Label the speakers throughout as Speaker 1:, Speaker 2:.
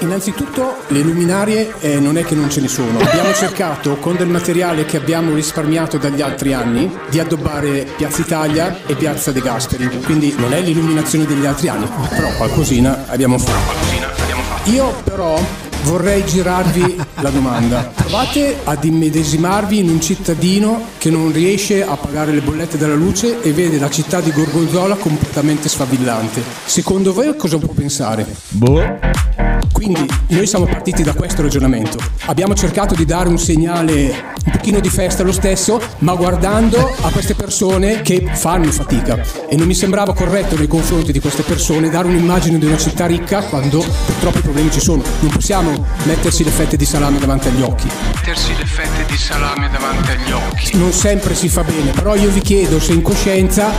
Speaker 1: Innanzitutto le luminarie eh, non è che non ce ne sono, abbiamo cercato con del materiale che abbiamo risparmiato dagli altri anni di addobbare Piazza Italia e Piazza De Gasperi, quindi non è l'illuminazione degli altri anni, però qualcosina abbiamo fatto. Io però vorrei girarvi la domanda, provate ad immedesimarvi in un cittadino che non riesce a pagare le bollette della luce e vede la città di Gorgonzola completamente sfavillante, secondo voi cosa può pensare?
Speaker 2: Boh.
Speaker 1: Quindi noi siamo partiti da questo ragionamento. Abbiamo cercato di dare un segnale un pochino di festa lo stesso, ma guardando a queste persone che fanno fatica. E non mi sembrava corretto nei confronti di queste persone dare un'immagine di una città ricca quando purtroppo i problemi ci sono. Non possiamo mettersi le fette di salame davanti agli occhi.
Speaker 3: Mettersi le fette di salame davanti agli occhi.
Speaker 1: Non sempre si fa bene, però io vi chiedo se in coscienza,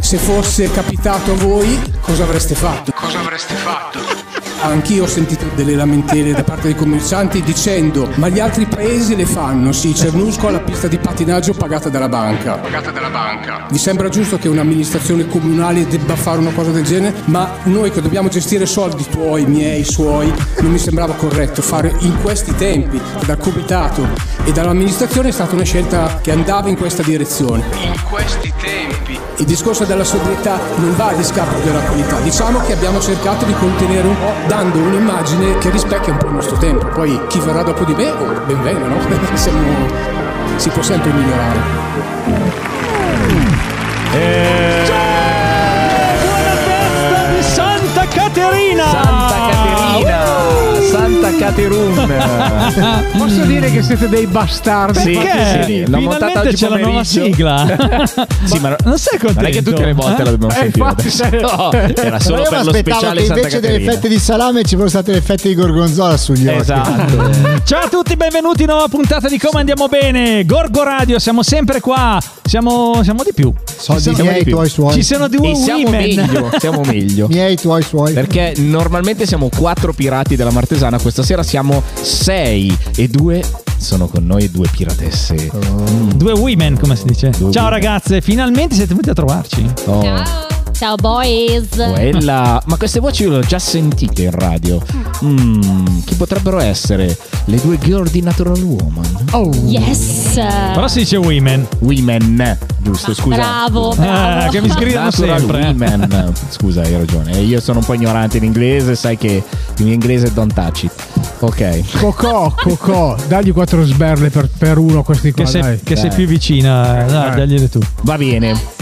Speaker 1: se fosse capitato a voi, cosa avreste fatto?
Speaker 3: Cosa avreste fatto?
Speaker 1: Anch'io ho sentito delle lamentele da parte dei commercianti dicendo ma gli altri paesi le fanno, sì, Cernusco ha la pista di patinaggio pagata dalla banca.
Speaker 3: Pagata dalla banca.
Speaker 1: Vi sembra giusto che un'amministrazione comunale debba fare una cosa del genere? Ma noi che dobbiamo gestire soldi tuoi, miei, suoi, non mi sembrava corretto fare in questi tempi dal comitato e dall'amministrazione è stata una scelta che andava in questa direzione.
Speaker 3: In questi tempi.
Speaker 1: Il discorso della sobrietà non va a discapito della qualità, diciamo che abbiamo cercato di contenere un po' dando un'immagine che rispecchia un po' il nostro tempo. Poi chi verrà dopo di me, oh, ben venga, no? Siamo, si può sempre migliorare.
Speaker 2: Eh,
Speaker 4: Buona festa di Santa Caterina!
Speaker 5: Santa Caterina! Santa Caterun!
Speaker 6: Posso dire che siete dei bastardi?
Speaker 5: Sì,
Speaker 4: Perché?
Speaker 5: sì, sì. L'ho montata
Speaker 4: Finalmente
Speaker 5: oggi
Speaker 4: c'è la nuova
Speaker 5: pomeriggio.
Speaker 4: sigla.
Speaker 5: sì, ma
Speaker 4: Non sei contento?
Speaker 5: non è che tutte le volte l'abbiamo
Speaker 6: Eh,
Speaker 5: sentita.
Speaker 6: infatti,
Speaker 5: adesso.
Speaker 6: sai-
Speaker 5: No, era
Speaker 7: Ma
Speaker 5: solo
Speaker 7: io mi
Speaker 5: per
Speaker 7: aspettavo
Speaker 5: lo speciale
Speaker 7: che
Speaker 5: Santa
Speaker 7: invece delle
Speaker 5: Caterina.
Speaker 7: fette di salame ci fossero state le fette di gorgonzola sugli occhi.
Speaker 5: Esatto.
Speaker 4: Ciao a tutti, benvenuti nuova puntata di Come Andiamo Bene. Gorgo Radio, siamo sempre qua. Siamo, siamo di più.
Speaker 7: Soldi miei, tuoi suoi.
Speaker 4: Ci sono due
Speaker 5: e siamo
Speaker 4: women.
Speaker 5: meglio, diciamo siamo meglio.
Speaker 7: Miei, tuoi, suoi.
Speaker 5: Perché normalmente siamo quattro pirati della Martesana, questa sera siamo sei e due sono con noi due piratesse.
Speaker 4: Due women, come si dice.
Speaker 5: Due
Speaker 4: Ciao
Speaker 5: women.
Speaker 4: ragazze, finalmente siete venuti a trovarci.
Speaker 5: Oh,
Speaker 8: Ciao. Ciao boys.
Speaker 5: quella- Ma queste voci io le ho già sentite in radio. Mm, chi potrebbero essere? Le due girl di Natural Woman.
Speaker 8: Yes.
Speaker 4: Però si dice women.
Speaker 5: Women, giusto, scusa.
Speaker 8: Ah,
Speaker 5: Ah,
Speaker 8: Bravo, bravo.
Speaker 4: Eh, che mi sgridano
Speaker 5: Natural
Speaker 4: sempre. eh.
Speaker 5: women. Scusa, hai ragione. Eh, Io sono un po' ignorante in inglese, sai che in inglese don't touch it. Ok.
Speaker 6: Cocò, cocò, dagli quattro sberle per, per uno a questi qua,
Speaker 4: Che, sei,
Speaker 6: dai.
Speaker 4: che sei
Speaker 5: Dai.
Speaker 4: più vicina. eh. Dai, dagliele tu.
Speaker 5: Va bene.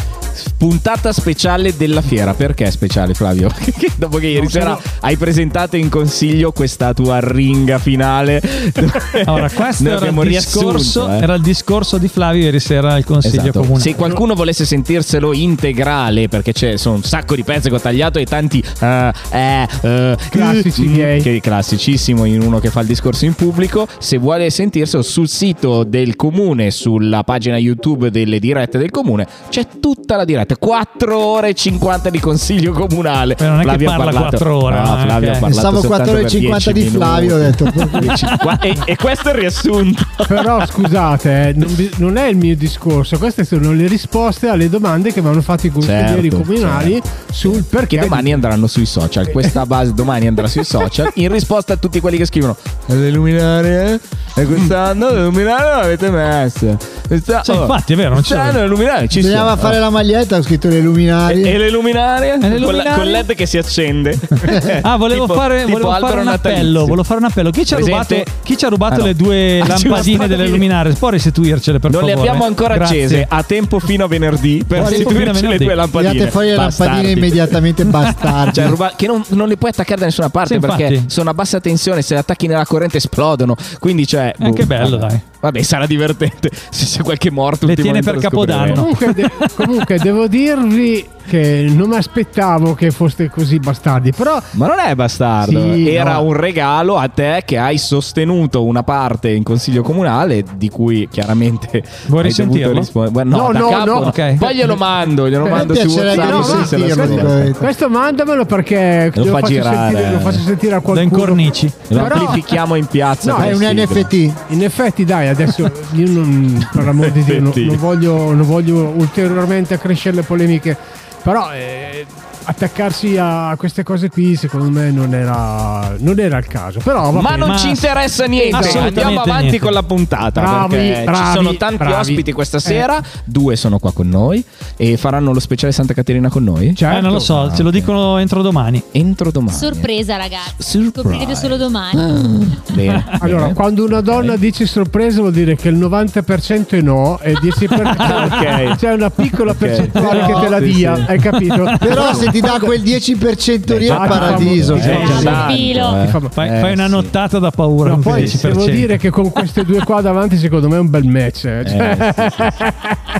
Speaker 5: Puntata speciale della fiera. Perché speciale, Flavio? Che Dopo che ieri sera hai presentato in consiglio questa tua ringa finale.
Speaker 4: Allora, questo
Speaker 5: Noi
Speaker 4: era
Speaker 5: abbiamo
Speaker 4: il,
Speaker 5: riassunto,
Speaker 4: discorso,
Speaker 5: eh.
Speaker 4: era il discorso di Flavio ieri sera al consiglio
Speaker 5: Esatto.
Speaker 4: comunale.
Speaker 5: Se qualcuno volesse sentirselo integrale, perché c'è sono un sacco di pezzi che ho tagliato e tanti eh, eh, eh,
Speaker 6: Classici
Speaker 5: mm,
Speaker 6: miei.
Speaker 5: Che classicissimo in uno che fa il discorso in pubblico. Se vuole sentirselo sul sito del comune, sulla pagina YouTube delle dirette del comune, c'è tutta la diretta. 4 ore e 50 di consiglio comunale.
Speaker 4: Però non è che
Speaker 5: Flavio ha
Speaker 4: parla
Speaker 5: parlato-
Speaker 4: quattro ore,
Speaker 5: No,
Speaker 4: eh,
Speaker 5: Flavio ha
Speaker 4: ok.
Speaker 5: parlato
Speaker 7: Pensavo
Speaker 5: soltanto
Speaker 7: 4 ore e
Speaker 5: per
Speaker 7: 50 di
Speaker 5: 10 minuti.
Speaker 7: Flavio, ho detto.
Speaker 5: Qua- e, e questo è il riassunto.
Speaker 6: Però scusate, eh, non, vi- non è il mio discorso, queste sono le risposte alle domande che vanno fatte i consiglieri
Speaker 5: Certo,
Speaker 6: comunali sul perché
Speaker 5: Che domani andranno sui social. Questa base domani andrà sui social in risposta a tutti quelli che scrivono: "Eh, Le luminarie? E quest'anno le luminarie non avete messe. Questa-
Speaker 4: Cioè, infatti, è vero, non ci
Speaker 5: quest'anno
Speaker 4: sono.
Speaker 5: le luminarie ci
Speaker 7: oh. Bisognava
Speaker 5: sono.
Speaker 7: fare la maglietta, ho scritto le
Speaker 5: E,
Speaker 7: luminarie.
Speaker 5: e le luminarie?
Speaker 4: Eh. le
Speaker 5: Con, la-
Speaker 4: luminarie?
Speaker 5: con LED che si accende.
Speaker 4: Ah, volevo
Speaker 5: Tipo-
Speaker 4: fare,
Speaker 5: tipo
Speaker 4: volevo fare
Speaker 5: albero
Speaker 4: un
Speaker 5: natalizio.
Speaker 4: appello. Volevo fare un appello. Chi ci ha
Speaker 5: Presente?
Speaker 4: rubato, chi ci ha rubato
Speaker 5: Ah, no.
Speaker 4: le due
Speaker 5: Ah, c'è una
Speaker 4: lampadine delle
Speaker 5: lampadina.
Speaker 4: luminarie? Può restituircele per
Speaker 5: Non
Speaker 4: favore?
Speaker 5: le abbiamo ancora
Speaker 4: Grazie.
Speaker 5: accese, a tempo fino a venerdì per
Speaker 4: A tempo fino a
Speaker 5: restituirci le
Speaker 4: venerdì.
Speaker 5: tue lampadine.
Speaker 7: Tirate fuori le lampadine
Speaker 5: Bastardi.
Speaker 7: immediatamente bastardi.
Speaker 5: Cioè, ruba- che non, non le puoi attaccare da nessuna parte
Speaker 4: Sì,
Speaker 5: perché
Speaker 4: infatti.
Speaker 5: sono a bassa tensione, se le attacchi nella corrente esplodono. Quindi, cioè.
Speaker 4: Eh, che bello, dai.
Speaker 5: Vabbè, sarà divertente se c'è qualche morto.
Speaker 4: Le tiene
Speaker 5: ultimamente
Speaker 4: per
Speaker 5: lo scopriremo.
Speaker 4: Capodanno.
Speaker 6: Comunque, de- comunque devo dirvi che non mi aspettavo che foste così bastardi, però
Speaker 5: Ma non è Eh, bastardo.
Speaker 6: Sì,
Speaker 5: Era
Speaker 6: no.
Speaker 5: un regalo a te che hai sostenuto una parte in consiglio comunale di cui chiaramente
Speaker 4: Vuoi
Speaker 5: hai dovuto
Speaker 4: risentirlo?
Speaker 5: rispondere. Guarda, No,
Speaker 6: No,
Speaker 5: da
Speaker 6: no,
Speaker 5: capo
Speaker 6: no. Eh,
Speaker 4: Ok.
Speaker 5: Poi glielo mando, glielo
Speaker 6: Mi
Speaker 5: mando su
Speaker 7: piacerebbe
Speaker 5: WhatsApp.
Speaker 6: di
Speaker 5: così se lo
Speaker 7: sentirlo,
Speaker 5: ascolta.
Speaker 7: dico.
Speaker 6: questo mandamelo perché
Speaker 5: Lo fa
Speaker 6: faccio
Speaker 5: girare.
Speaker 6: sentire, lo faccio sentire a
Speaker 4: Da
Speaker 6: qualcuno.
Speaker 4: incornici.
Speaker 5: Lo
Speaker 6: Però-
Speaker 5: amplifichiamo in piazza.
Speaker 6: No,
Speaker 5: con
Speaker 7: È
Speaker 5: le
Speaker 7: un
Speaker 5: sigle.
Speaker 7: NFT.
Speaker 6: In effetti, dai, adesso io non, per l'amor di Dio, non, non voglio, non voglio ulteriormente accrescere le polemiche, però eh,
Speaker 1: attaccarsi a queste cose qui, secondo me, non era, non era il caso. Però, va
Speaker 5: Ma
Speaker 1: bene.
Speaker 5: non
Speaker 4: ma-
Speaker 5: ci interessa niente,
Speaker 4: assolutamente
Speaker 5: andiamo avanti
Speaker 4: niente.
Speaker 5: con la puntata
Speaker 1: Bravi,
Speaker 5: perché ci
Speaker 1: bravi,
Speaker 5: sono tanti
Speaker 1: bravi.
Speaker 5: ospiti questa
Speaker 1: Eh.
Speaker 5: sera, due sono qua con noi e faranno lo speciale Santa Caterina con noi
Speaker 1: Certo.
Speaker 5: Ah,
Speaker 4: Eh, non lo so, ce lo dicono entro domani.
Speaker 5: entro domani.
Speaker 8: Sorpresa, ragazzi.
Speaker 5: Surprise.
Speaker 8: Scoprirete solo domani.
Speaker 5: Ah, bene.
Speaker 1: Allora,
Speaker 5: bene.
Speaker 1: quando una donna
Speaker 5: Ok.
Speaker 1: dice sorpresa vuol dire che il 90% è no e il 10%
Speaker 5: Ok.
Speaker 1: c'è una piccola
Speaker 5: Ok.
Speaker 1: percentuale che te la
Speaker 5: Sì,
Speaker 1: dia,
Speaker 5: sì.
Speaker 1: hai capito?
Speaker 7: Però se ti dà quel 10% lì è
Speaker 1: già ti fa
Speaker 7: paradiso. cioè,
Speaker 1: molto-
Speaker 5: Eh,
Speaker 8: Ah,
Speaker 5: già
Speaker 8: sul
Speaker 5: tanto,
Speaker 8: filo.
Speaker 5: eh.
Speaker 1: Ti fa male.
Speaker 4: Fai,
Speaker 5: Eh,
Speaker 4: fai una
Speaker 5: sì.
Speaker 4: nottata da paura.
Speaker 1: esatto. No,
Speaker 4: con quel
Speaker 1: poi
Speaker 4: 10%.
Speaker 1: devo dire che con queste due qua davanti secondo me è un bel match. eh. Cioè,
Speaker 5: Eh, sì, sì,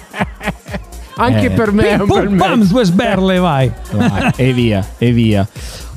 Speaker 1: Anche
Speaker 5: Eh.
Speaker 1: per me è un
Speaker 4: Pim,
Speaker 1: bel
Speaker 4: pum, pam,
Speaker 1: match.
Speaker 4: due sberle, vai.
Speaker 5: Vai, e via, e via.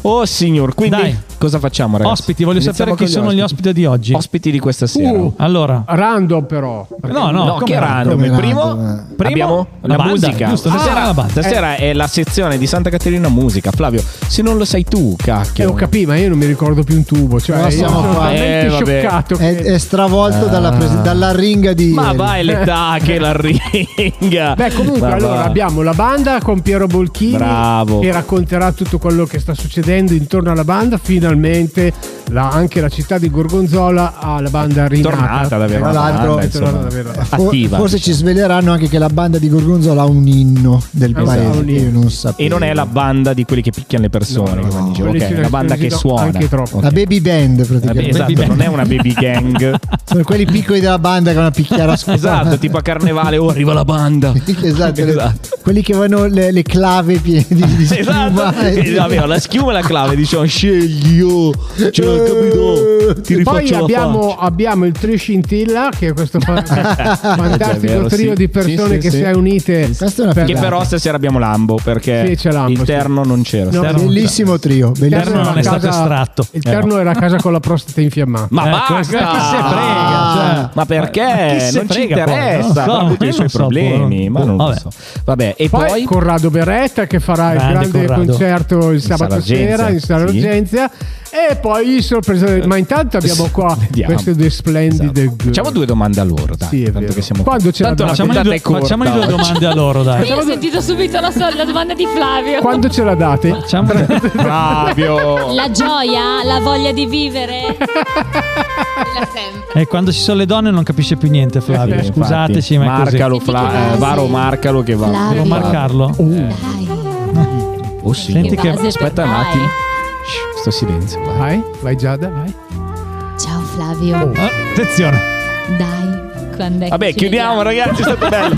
Speaker 5: Oh signor, quindi
Speaker 4: Dai.
Speaker 5: cosa facciamo ragazzi?
Speaker 4: Ospiti, voglio
Speaker 5: Iniziamo
Speaker 4: sapere chi
Speaker 5: con
Speaker 4: sono gli ospiti di oggi.
Speaker 5: Ospiti di questa sera.
Speaker 1: Uh,
Speaker 4: Allora,
Speaker 1: Random però. perché-
Speaker 4: no, no,
Speaker 5: No,
Speaker 4: come
Speaker 5: che
Speaker 4: no?
Speaker 5: random. Il
Speaker 7: Come
Speaker 5: primo,
Speaker 7: random, eh.
Speaker 5: primo abbiamo
Speaker 4: La
Speaker 5: la,
Speaker 4: banda,
Speaker 5: musica.
Speaker 4: giusto, stasera
Speaker 5: Ah,
Speaker 4: la banda.
Speaker 5: stasera è la sezione di Santa Caterina Musica. Flavio, se non lo sai tu,
Speaker 1: Eh,
Speaker 5: cacchio.
Speaker 1: ho capito, ma io non mi ricordo più un tubo. Cioè,
Speaker 7: Cosa
Speaker 1: io sono
Speaker 7: siamo qua?
Speaker 1: talmente
Speaker 5: Eh, vabbè. Ah.
Speaker 1: scioccato.
Speaker 7: È,
Speaker 1: che- Eh.
Speaker 7: è stravolto dalla, pres- dalla ringa di.
Speaker 5: Ma
Speaker 7: ieri.
Speaker 5: vai l'età che la ringa.
Speaker 1: Beh, comunque,
Speaker 5: Ma
Speaker 1: allora
Speaker 5: va.
Speaker 1: abbiamo la banda con Piero Bolchini
Speaker 5: Bravo.
Speaker 1: che racconterà tutto quello che sta succedendo intorno alla banda. Finalmente la- anche la città di Gorgonzola ha la banda rinata.
Speaker 5: tornata ad avere
Speaker 7: Tra
Speaker 5: una
Speaker 7: l'altro-
Speaker 5: banda,
Speaker 1: È tornata
Speaker 5: insomma,
Speaker 1: ad avere una-
Speaker 7: For-
Speaker 5: attiva.
Speaker 7: forse ci sveleranno anche che la banda di Gorgonzola ha un inno del
Speaker 1: Esatto.
Speaker 7: paese.
Speaker 1: Un
Speaker 7: che
Speaker 1: inno.
Speaker 7: Io non sapevo.
Speaker 5: E non è la banda di quelli che picchiano le persone,
Speaker 1: No, no,
Speaker 5: come dicevo.
Speaker 1: quelli
Speaker 5: Ok,
Speaker 1: ci
Speaker 5: la banda che
Speaker 1: restringiamo
Speaker 5: suona.
Speaker 1: anche troppo.
Speaker 5: Ok.
Speaker 7: La baby band praticamente.
Speaker 5: Esatto,
Speaker 4: Baby
Speaker 5: non
Speaker 4: band.
Speaker 5: è una baby gang.
Speaker 7: Sono quelli piccoli della banda che hanno una picchiara scuola.
Speaker 5: esatto, tipo a carnevale, oh, arriva la banda.
Speaker 7: Esatto, le-
Speaker 5: Esatto.
Speaker 7: quelli che vanno le, le clave piene di, di
Speaker 5: Esatto,
Speaker 7: schiuma.
Speaker 5: che aveva la schiuma e la clave, dicevano scegli io, ce l'ho capito, ti
Speaker 1: Poi
Speaker 5: rifaccio la
Speaker 1: abbiamo,
Speaker 5: faccia.
Speaker 1: abbiamo il Trio Scintilla, che è questo fa-
Speaker 5: Eh, già, è
Speaker 1: fantastico
Speaker 5: vero,
Speaker 1: trio
Speaker 5: sì.
Speaker 1: di persone
Speaker 5: Sì, sì,
Speaker 1: che
Speaker 5: sì.
Speaker 1: si è unite.
Speaker 7: Questa è una
Speaker 1: per-
Speaker 5: Che però stasera abbiamo Lambo perché
Speaker 1: Sì, c'è Lambo,
Speaker 5: interno non c'era.
Speaker 1: No,
Speaker 4: Terno-
Speaker 7: Bellissimo trio.
Speaker 1: il
Speaker 7: Bellissimo.
Speaker 4: Terno non è
Speaker 1: era a
Speaker 4: stato estratto.
Speaker 1: Il terno era a casa con la prostata infiammata.
Speaker 5: Eh, Ma
Speaker 4: Eh,
Speaker 5: basta! Ah,
Speaker 4: questo- chi se frega? Cioè,
Speaker 5: ma perché?
Speaker 4: ma chi se
Speaker 5: non ci
Speaker 4: frega poi?
Speaker 5: interessa.
Speaker 4: Non so,
Speaker 5: avrà avuto i
Speaker 4: io
Speaker 5: suoi
Speaker 4: non so,
Speaker 5: problemi,
Speaker 4: boh.
Speaker 5: ma non
Speaker 4: Vabbè.
Speaker 5: lo so. Vabbè, e
Speaker 1: Poi,
Speaker 5: poi,
Speaker 1: Corrado Beretta che farà il
Speaker 4: Grande
Speaker 1: grande
Speaker 4: Corrado.
Speaker 1: concerto il sabato
Speaker 5: Sala Genzia,
Speaker 1: sera in Sala
Speaker 5: sì.
Speaker 1: Genzia. e poi sorpresa ma intanto abbiamo qua
Speaker 5: Vediamo.
Speaker 1: queste due splendide
Speaker 5: Esatto.
Speaker 1: girl.
Speaker 5: Facciamo due domande a loro, dai.
Speaker 1: Sì, è
Speaker 5: tanto
Speaker 1: vero.
Speaker 5: che siamo
Speaker 1: Quando ce la
Speaker 5: Tanto
Speaker 1: dà?
Speaker 5: la
Speaker 4: Facciamoli
Speaker 5: puntata
Speaker 4: due,
Speaker 5: è corta
Speaker 4: facciamoli due
Speaker 5: oggi.
Speaker 4: domande a loro, dai.
Speaker 8: Io ho sentito subito la, so- la domanda di Flavio.
Speaker 1: quando ce la date?
Speaker 4: Facciamo-
Speaker 5: Flavio.
Speaker 8: La gioia, la voglia di vivere. Quella sempre.
Speaker 4: E quando ci sono le donne non capisce più niente, Flavio.
Speaker 5: Eh Sì, infatti.
Speaker 4: Scusateci, ma è così.
Speaker 5: marcalo,
Speaker 8: così.
Speaker 5: Fla- eh, Varo, marcalo che va.
Speaker 8: Flavio. Uh.
Speaker 4: Devo marcarlo.
Speaker 5: Oh, signore.
Speaker 4: Senti che-
Speaker 5: aspetta un attimo. Shh, sto silenzio. vai.
Speaker 1: Vai, vai Giada, vai.
Speaker 8: Ciao Flavio.
Speaker 4: Ah, attenzione.
Speaker 8: Dai, quando è che
Speaker 5: Oh. Vabbè,
Speaker 8: ci
Speaker 5: chiudiamo,
Speaker 8: vediamo?
Speaker 5: ragazzi, è stato bello.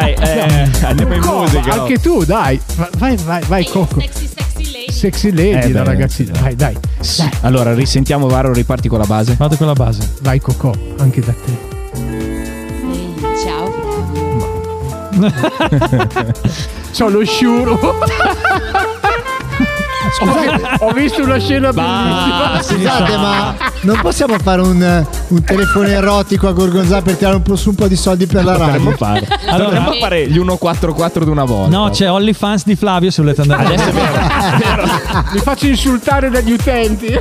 Speaker 5: Dai, eh, andiamo in
Speaker 1: Cova,
Speaker 5: musica. oh.
Speaker 1: anche tu, dai. Va- Vai, vai, vai, Coco.
Speaker 8: Sexy, sexy lady.
Speaker 1: Sexy lady,
Speaker 5: Eh,
Speaker 1: la
Speaker 5: beh,
Speaker 1: ragazzina.
Speaker 5: sì.
Speaker 1: Vai, dai.
Speaker 5: Sì. Allora, risentiamo Varo, riparti con la base.
Speaker 4: Vado con la base.
Speaker 1: Vai Coco, anche da te.
Speaker 8: Ehi, Ciao Flavio.
Speaker 1: C'ho lo sciuro. Scusate, ho visto una scena
Speaker 5: Ah,
Speaker 1: bellissima.
Speaker 7: Scusate, ma non possiamo fare un, un telefono erotico a Gorgonzola per tirare un po' su un po' di soldi per la
Speaker 5: Potremmo
Speaker 7: radio?
Speaker 5: fare.
Speaker 4: Allora-
Speaker 5: Potremmo fare gli 144 di una volta.
Speaker 4: No, c'è OnlyFans di Flavio se volete andare.
Speaker 5: Adesso è vero.
Speaker 1: Mi faccio insultare dagli utenti.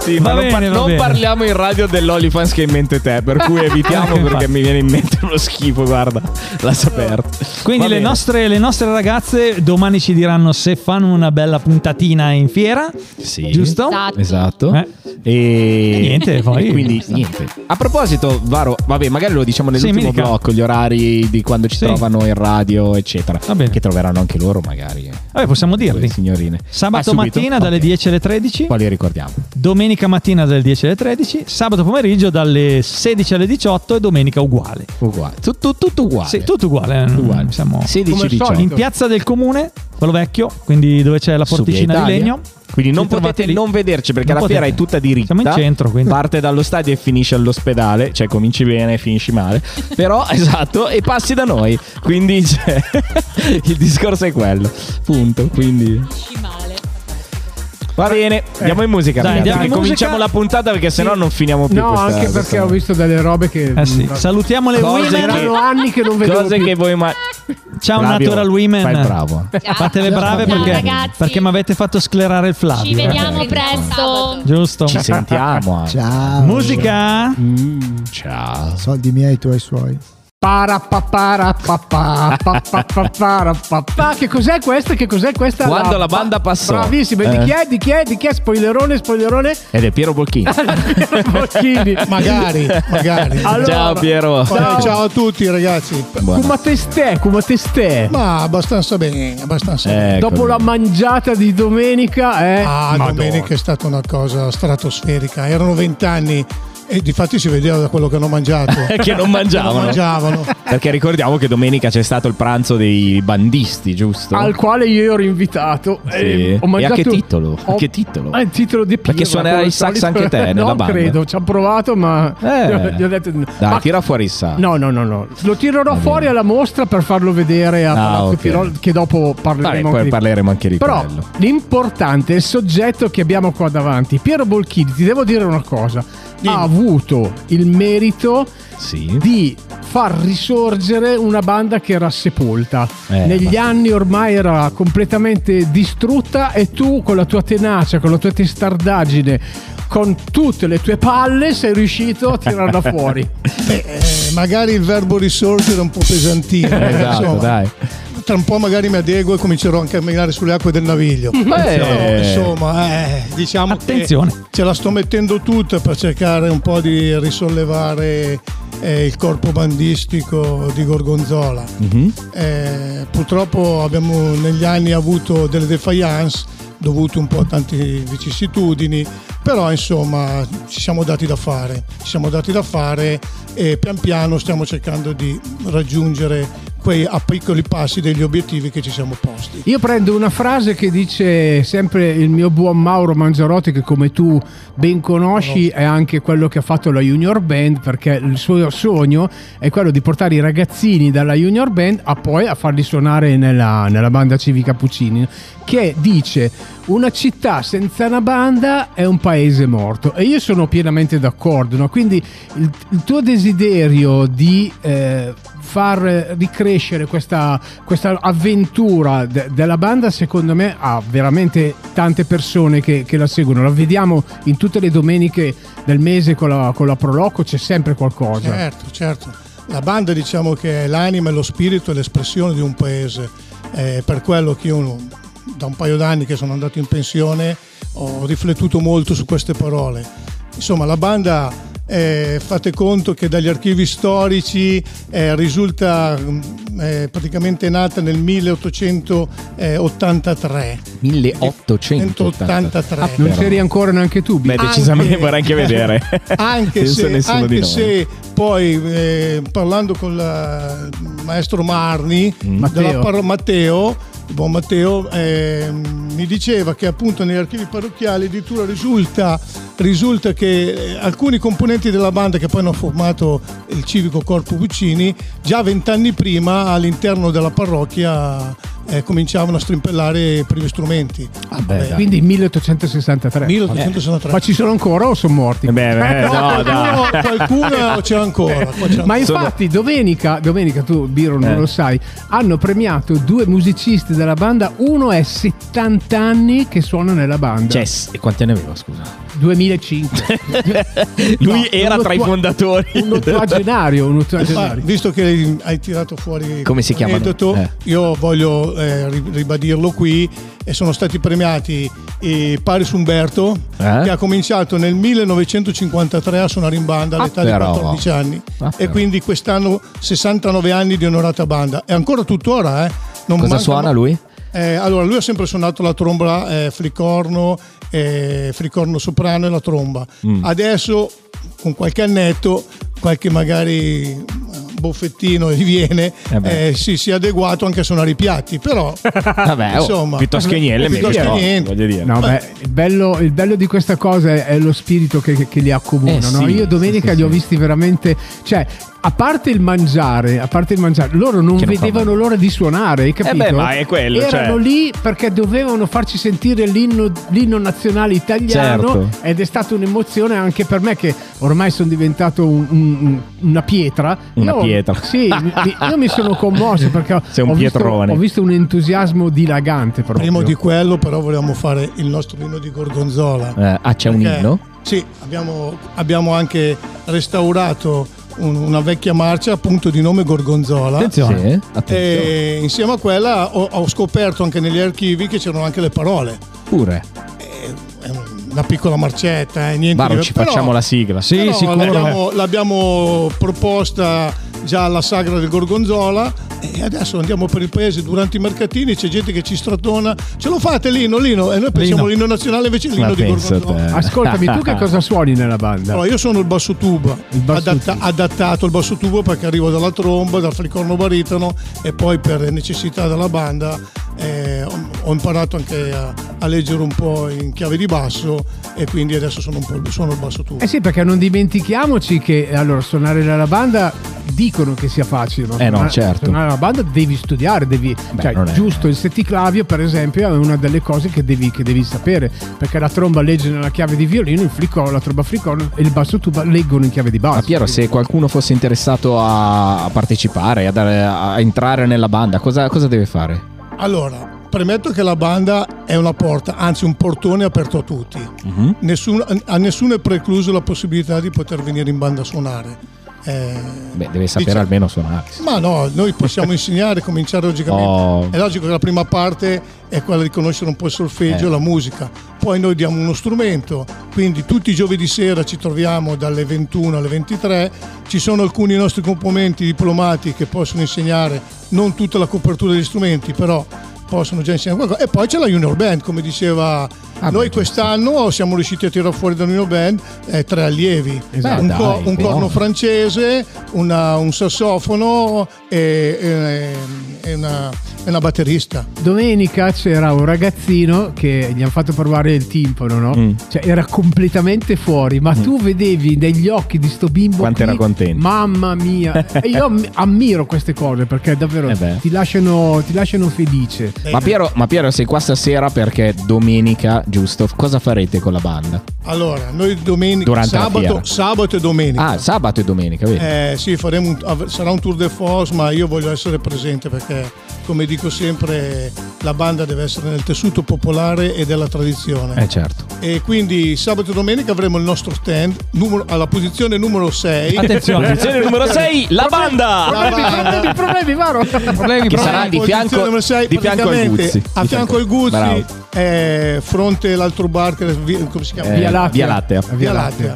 Speaker 5: Sì, ma
Speaker 4: Va
Speaker 5: non, par-
Speaker 4: bene, va
Speaker 5: non
Speaker 4: bene.
Speaker 5: parliamo in radio dell'Olifans che è in mente te, per cui evitiamo
Speaker 4: Ecco,
Speaker 5: perché
Speaker 4: infatti.
Speaker 5: mi viene in mente uno schifo, guarda, la saperta.
Speaker 4: Quindi
Speaker 5: Va
Speaker 4: le
Speaker 5: bene.
Speaker 4: nostre, le nostre ragazze domani ci diranno se fanno una bella puntatina in fiera.
Speaker 5: Sì.
Speaker 4: Giusto?
Speaker 8: Esatto.
Speaker 5: Esatto.
Speaker 4: Eh.
Speaker 5: E...
Speaker 4: E niente, poi-
Speaker 5: E quindi niente. A proposito, Varo, vabbè, magari lo diciamo
Speaker 4: Sì, mi
Speaker 5: nell'ultimo
Speaker 4: dica.
Speaker 5: blocco, gli orari di quando ci
Speaker 4: Sì.
Speaker 5: trovano in radio, eccetera.
Speaker 4: Va bene.
Speaker 5: Che troveranno anche loro, magari. eh,
Speaker 4: Vabbè, possiamo
Speaker 5: quelle
Speaker 4: dirli.
Speaker 5: signorine.
Speaker 4: Sabato
Speaker 5: Ah, subito?
Speaker 4: mattina dalle
Speaker 5: Ok.
Speaker 4: 10 alle 13,
Speaker 5: Poi li ricordiamo.
Speaker 4: domenica mattina dalle 10 alle 13, sabato pomeriggio dalle 16 alle 18 e domenica uguale.
Speaker 5: Uguale. Tutto, tutto uguale.
Speaker 4: Sì, tutto uguale. eh, non-
Speaker 5: uguale.
Speaker 4: Siamo
Speaker 5: 16
Speaker 1: Come al
Speaker 5: 18.
Speaker 1: solito.
Speaker 4: in piazza del comune, quello vecchio, quindi dove c'è la
Speaker 5: Su Via
Speaker 4: porticina di
Speaker 5: Italia.
Speaker 4: legno.
Speaker 5: Quindi non
Speaker 4: Ci trovate
Speaker 5: potete
Speaker 4: lì.
Speaker 5: non vederci perché
Speaker 4: Non
Speaker 5: la fiera è
Speaker 4: potete.
Speaker 5: tutta diritta.
Speaker 4: Siamo in centro, quindi.
Speaker 5: Parte dallo stadio e finisce all'ospedale, cioè cominci bene e finisci male. Però esatto, e passi da noi. Quindi cioè, il discorso è quello. Punto, quindi
Speaker 8: Esci male.
Speaker 5: va bene, andiamo in musica,
Speaker 4: Dai,
Speaker 5: ragazzi,
Speaker 4: andiamo
Speaker 5: che
Speaker 4: in musica.
Speaker 5: cominciamo la puntata perché sennò non finiamo più
Speaker 1: No,
Speaker 5: questa-
Speaker 1: anche
Speaker 5: questa-
Speaker 1: perché ho visto delle robe che
Speaker 4: Eh sì. Salutiamo le
Speaker 5: Cose
Speaker 4: women.
Speaker 5: che-
Speaker 1: erano anni che non vedevo
Speaker 5: Cose
Speaker 1: più.
Speaker 5: che voi ma
Speaker 4: Ciao
Speaker 5: Flavio,
Speaker 4: Natural Women.
Speaker 5: Fai il bravo. eh.
Speaker 8: Ciao.
Speaker 4: Fate le
Speaker 7: Ciao,
Speaker 4: brave
Speaker 7: ciao,
Speaker 4: perché,
Speaker 8: ragazzi.
Speaker 4: perché mi avete fatto sclerare il Flavio.
Speaker 8: Ci
Speaker 4: eh.
Speaker 8: vediamo
Speaker 5: Eh.
Speaker 8: presto.
Speaker 4: Giusto?
Speaker 5: Ci sentiamo. eh.
Speaker 7: Ciao.
Speaker 4: Musica.
Speaker 5: Mm, ciao.
Speaker 7: Soldi miei, tuoi suoi.
Speaker 1: Pa-ra-pa-pa-ra-pa-pa-pa-pa-pa-pa-ra-pa-pa. Che cos'è questa? Che cos'è questa?
Speaker 5: Quando la banda passò.
Speaker 1: Bravissima. E
Speaker 5: Eh.
Speaker 1: Di chi è? Di chi è? Di chi è? Spoilerone, spoilerone.
Speaker 5: Ed è Piero Bolchini.
Speaker 1: Bocchini.
Speaker 9: Magari, magari.
Speaker 1: Allora,
Speaker 5: Ciao Piero.
Speaker 9: Poi, Eh, ciao a tutti ragazzi.
Speaker 5: Buona.
Speaker 1: Come testè, come testè.
Speaker 9: Ma abbastanza bene, abbastanza bene.
Speaker 5: Ecco.
Speaker 1: Dopo la mangiata di domenica, eh.
Speaker 9: Ah,
Speaker 1: Madonna.
Speaker 9: domenica è stata una cosa stratosferica. Erano vent'anni e di fatti si vedeva da quello che hanno mangiato.
Speaker 5: È che non mangiavano.
Speaker 9: Non mangiavano.
Speaker 5: Perché ricordiamo che domenica c'è stato il pranzo dei bandisti, giusto?
Speaker 1: Al Eh, quale io ero invitato.
Speaker 5: E a che titolo? A che titolo?
Speaker 1: Ah, il titolo di Pirro,
Speaker 5: Perché suonerai
Speaker 1: come
Speaker 5: il sax
Speaker 1: solito.
Speaker 5: anche te nella
Speaker 1: no,
Speaker 5: banda.
Speaker 1: credo, ci ho provato, ma
Speaker 5: Eh.
Speaker 1: gli ho- gli ho detto no.
Speaker 5: Dai,
Speaker 1: Ma-
Speaker 5: tira fuori il sacco.
Speaker 1: No, no, no, no. Lo tirerò fuori alla mostra per farlo vedere a
Speaker 5: Ah,
Speaker 1: Palazzo
Speaker 5: ok.
Speaker 1: Pirol, che dopo
Speaker 5: Vabbè,
Speaker 1: parleremo
Speaker 5: poi
Speaker 1: anche di
Speaker 5: parleremo anche di
Speaker 1: Però
Speaker 5: quello.
Speaker 1: l'importante è il soggetto che abbiamo qua davanti. Piero Bolchini, ti devo dire una cosa. Ha avuto il merito
Speaker 5: Sì.
Speaker 1: di far risorgere una banda che era sepolta.
Speaker 5: Eh,
Speaker 1: Negli
Speaker 5: infatti.
Speaker 1: anni ormai era completamente distrutta e tu con la tua tenacia, con la tua testardaggine, con tutte le tue palle sei riuscito a tirarla fuori.
Speaker 9: Beh, eh, magari il verbo risorgere è un po' pesantino. eh,
Speaker 5: Esatto,
Speaker 9: insomma.
Speaker 5: dai.
Speaker 9: Tra un po' magari mi adeguo e comincerò anche a camminare sulle acque del Naviglio. Però, insomma, eh, diciamo
Speaker 4: Attenzione.
Speaker 9: che ce la sto mettendo tutta per cercare un po' di risollevare eh, il corpo bandistico di Gorgonzola.
Speaker 5: Mhm.
Speaker 9: Eh, purtroppo abbiamo negli anni avuto delle defiance dovute un po' a tante vicissitudini, però insomma ci siamo dati da fare, ci siamo dati da fare e pian piano stiamo cercando di raggiungere quei a piccoli passi degli obiettivi che ci siamo posti.
Speaker 1: Io prendo una frase che dice sempre il mio buon Mauro Mangiarotti, che come tu ben conosci è anche quello che ha fatto la Junior Band, perché il suo sogno è quello di portare i ragazzini dalla Junior Band a poi a farli suonare nella, nella banda civica Puccini, che dice una città senza una banda è un paese morto. E io sono pienamente d'accordo, no? quindi il, il tuo desiderio di... eh, far eh, ricrescere questa, questa avventura de- della banda secondo me ha veramente tante persone che, che la seguono la vediamo in tutte le domeniche del mese con la, con la Proloco c'è sempre qualcosa
Speaker 9: Certo, certo. La banda diciamo che è l'anima, e lo spirito e l'espressione di un paese. Eh, per quello che io da un paio d'anni che sono andato in pensione ho riflettuto molto su queste parole. Insomma, la banda eh, fate conto che dagli archivi storici eh, risulta mm, eh, praticamente nata nel 1883.
Speaker 5: 1883.
Speaker 9: 1883.
Speaker 1: Ah, non
Speaker 5: però.
Speaker 1: c'eri ancora neanche tu Bi-
Speaker 5: Beh, decisamente vorrei anche vedere.
Speaker 9: anche
Speaker 5: Penso
Speaker 9: se,
Speaker 5: nessuno
Speaker 9: anche
Speaker 5: di noi.
Speaker 9: se poi eh, parlando con la- il maestro Marni
Speaker 5: Mm.
Speaker 9: della
Speaker 1: Matteo.
Speaker 9: parro- Matteo, il buon Matteo eh, mi diceva che appunto negli archivi parrocchiali addirittura risulta, risulta che eh, alcuni componenti della banda che poi hanno formato il civico corpo Puccini già vent'anni prima all'interno della parrocchia eh, cominciavano a strimpellare i primi strumenti Eh,
Speaker 5: Vabbè, dai.
Speaker 1: quindi 1863
Speaker 9: 1863
Speaker 1: ma ci sono ancora o sono morti?
Speaker 5: Eh, Beh, beh, no, dai.
Speaker 9: qualcuno, qualcuno c'è ancora. qua c'è
Speaker 1: Ma
Speaker 9: ancora.
Speaker 1: infatti domenica, domenica tu Biro non
Speaker 5: Eh.
Speaker 1: lo sai, hanno premiato due musicisti della banda, uno è 70 anni che suona nella banda.
Speaker 5: Cioè, s- e quanti anni aveva, scusa?
Speaker 1: 2005.
Speaker 5: Lui
Speaker 1: No,
Speaker 5: era
Speaker 1: un
Speaker 5: tra i
Speaker 1: ottua-
Speaker 5: fondatori.
Speaker 1: Un ottuagenario, un
Speaker 9: Eh, Ma
Speaker 1: ottuagenario.
Speaker 9: visto che hai tirato fuori
Speaker 5: Come si chiamano?
Speaker 9: l'aneddoto,
Speaker 5: Eh.
Speaker 9: io voglio eh, ri- ribadirlo qui. E sono stati premiati eh, Paris Umberto,
Speaker 5: Eh?
Speaker 9: che ha cominciato nel 1953 a suonare in banda all'età di
Speaker 5: Ah, però.
Speaker 9: 14 anni.
Speaker 5: Ah,
Speaker 9: e
Speaker 5: però.
Speaker 9: quindi quest'anno 69 anni di onorata banda. E ancora tuttora, eh. Non
Speaker 5: Cosa
Speaker 9: manca-
Speaker 5: suona lui?
Speaker 9: Eh, allora, lui ha sempre suonato la tromba eh, flicorno, eh, flicorno soprano e la tromba.
Speaker 5: Mm.
Speaker 9: Adesso, con qualche annetto, qualche magari eh, boffettino gli viene,
Speaker 5: Eh beh.
Speaker 9: eh, sì, si è adeguato anche a suonare i piatti, però
Speaker 5: Vabbè, oh,
Speaker 9: Insomma.
Speaker 5: piuttosto che niente, meglio
Speaker 9: Piuttosto
Speaker 5: no,
Speaker 9: che niente.
Speaker 5: voglio dire.
Speaker 1: No, beh, il bello, il bello di questa cosa è, è lo spirito che, che- che li accomuna.
Speaker 5: Eh,
Speaker 1: no?
Speaker 5: sì,
Speaker 1: Io domenica
Speaker 5: sì, sì,
Speaker 1: li ho
Speaker 5: sì.
Speaker 1: visti veramente. Cioè, a parte il mangiare, a parte il mangiare, loro non
Speaker 5: Che non fa
Speaker 1: vedevano
Speaker 5: male. Eh
Speaker 1: l'ora di suonare, hai capito?
Speaker 5: beh, ma è quello,
Speaker 1: Erano
Speaker 5: cioè.
Speaker 1: lì perché dovevano farci sentire l'inno, l'inno nazionale italiano.
Speaker 5: Certo.
Speaker 1: Ed è stata un'emozione anche per me, che ormai sono diventato un- un- una pietra.
Speaker 5: Una
Speaker 1: Io-
Speaker 5: pietra.
Speaker 1: Sì, mi- io mi sono commosso perché
Speaker 5: Sei un
Speaker 1: ho, visto,
Speaker 5: pietrone.
Speaker 1: ho visto un entusiasmo dilagante proprio.
Speaker 9: prima di quello, però volevamo fare il nostro vino di Gorgonzola.
Speaker 5: Eh, ah, c'è un
Speaker 9: Perché-
Speaker 5: inno?
Speaker 9: Sì, abbiamo, abbiamo anche restaurato un- una vecchia marcia appunto di nome Gorgonzola.
Speaker 4: Attenzione.
Speaker 5: Sì, attenzione.
Speaker 9: E insieme a quella ho, ho scoperto anche negli archivi che c'erano anche le parole.
Speaker 5: Pure.
Speaker 9: È Una piccola marcetta, eh, niente.
Speaker 5: Baro,
Speaker 9: di-
Speaker 5: ci
Speaker 9: però-
Speaker 5: facciamo la sigla. eh.
Speaker 4: Sì,
Speaker 9: però
Speaker 4: sicuro.
Speaker 9: L'abbiamo, l'abbiamo proposta già alla sagra del Gorgonzola e adesso andiamo per il paese durante i mercatini, c'è gente che ci stratona. Ce lo fate Lino, Lino? E noi pensiamo l'inno nazionale invece è l'inno
Speaker 5: Ma
Speaker 9: di
Speaker 5: penso
Speaker 9: Gorgonzola.
Speaker 5: te.
Speaker 1: Ascoltami, tu che cosa suoni nella banda?
Speaker 9: Allora, io sono il basso tubo,
Speaker 1: basso
Speaker 9: adatta-
Speaker 1: tubo.
Speaker 9: adattato al basso tubo perché arrivo dalla tromba, dal flicorno baritono e poi per necessità della banda eh, ho, ho imparato anche a, a leggere un po' in chiave di basso e quindi adesso sono un po' sono il basso tubo.
Speaker 1: Eh sì, perché non dimentichiaci che eh, allora suonare la banda dicono che sia facile, ma
Speaker 5: Eh no,
Speaker 1: suonare-
Speaker 5: certo.
Speaker 1: suonare la banda devi studiare, devi, cioè,
Speaker 5: non è-
Speaker 1: giusto il setticlavio per esempio è una delle cose che devi, che devi sapere, perché la tromba legge nella chiave di violino, il flicorno, la tromba flicorno e il basso tuba leggono in chiave di basso.
Speaker 5: Ma Piero, se qualcuno fosse interessato a a partecipare, a, dare- a entrare nella banda, cosa, cosa deve fare?
Speaker 9: Allora, premetto che la banda è una porta, anzi un portone aperto a tutti.
Speaker 5: Mhm.
Speaker 9: Nessuno- a nessuno è precluso la possibilità di poter venire in banda a suonare. Eh,
Speaker 5: Beh, deve sapere
Speaker 9: diciamo-
Speaker 5: almeno suonare.
Speaker 9: Ma no, noi possiamo insegnare, cominciare logicamente.
Speaker 5: Oh.
Speaker 9: È logico che la prima parte è quella di conoscere un po' il solfeggio,
Speaker 5: Eh.
Speaker 9: la musica. Poi noi diamo uno strumento, quindi tutti i giovedì sera ci troviamo dalle 21 alle 23. Ci sono alcuni nostri componenti diplomati che possono insegnare non tutta la copertura degli strumenti, però possono già insegnare qualcosa. E poi c'è la Junior Band, come diceva
Speaker 5: Ah,
Speaker 9: noi quest'anno siamo riusciti a tirare fuori da Junior Band eh, tre allievi,
Speaker 5: Esatto.
Speaker 9: un,
Speaker 5: Dai,
Speaker 9: co- un
Speaker 5: buono.
Speaker 9: corno francese, una- un sassofono e, e- e una, e una batterista.
Speaker 1: Domenica c'era un ragazzino che gli hanno fatto provare il timpano, no?
Speaker 5: Mm.
Speaker 1: Cioè era completamente fuori, ma tu vedevi negli occhi di sto bimbo
Speaker 5: Quanto
Speaker 1: qui,
Speaker 5: era contento.
Speaker 1: Mamma mia. e io am- ammiro queste cose perché davvero
Speaker 5: Eh beh.
Speaker 1: ti lasciano, ti lasciano felice.
Speaker 5: Ma Piero, ma Piero, sei qua stasera perché domenica, giusto? Cosa farete con la banda?
Speaker 9: Allora, noi domenica,
Speaker 5: Durante la
Speaker 9: sabato,
Speaker 5: fiera.
Speaker 9: sabato e domenica.
Speaker 5: Ah, sabato e domenica, vedi?
Speaker 9: Eh, sì, faremo un- av- sarà un tour de force, ma io voglio essere presente perché, come dico sempre, la banda deve essere nel tessuto popolare e della tradizione.
Speaker 5: Eh, certo.
Speaker 9: E quindi sabato e domenica avremo il nostro stand numero- alla posizione numero 6.
Speaker 4: Attenzione.
Speaker 5: Posizione numero 6, la banda!
Speaker 1: Problemi, problemi, problemi, varo.
Speaker 4: Problemi, problemi.
Speaker 5: Che sarà di
Speaker 9: Posizione
Speaker 5: fianco,
Speaker 9: numero sei,
Speaker 5: di fianco al
Speaker 9: praticamente,
Speaker 5: Guzzi.
Speaker 9: A
Speaker 5: Di
Speaker 9: fianco al Guzzi,
Speaker 5: Bravo.
Speaker 9: eh, fronte l'altro bar, che vi- come si chiama?
Speaker 5: Eh,
Speaker 1: Via Lattea.
Speaker 5: Via Lattea.
Speaker 9: Via Lattea.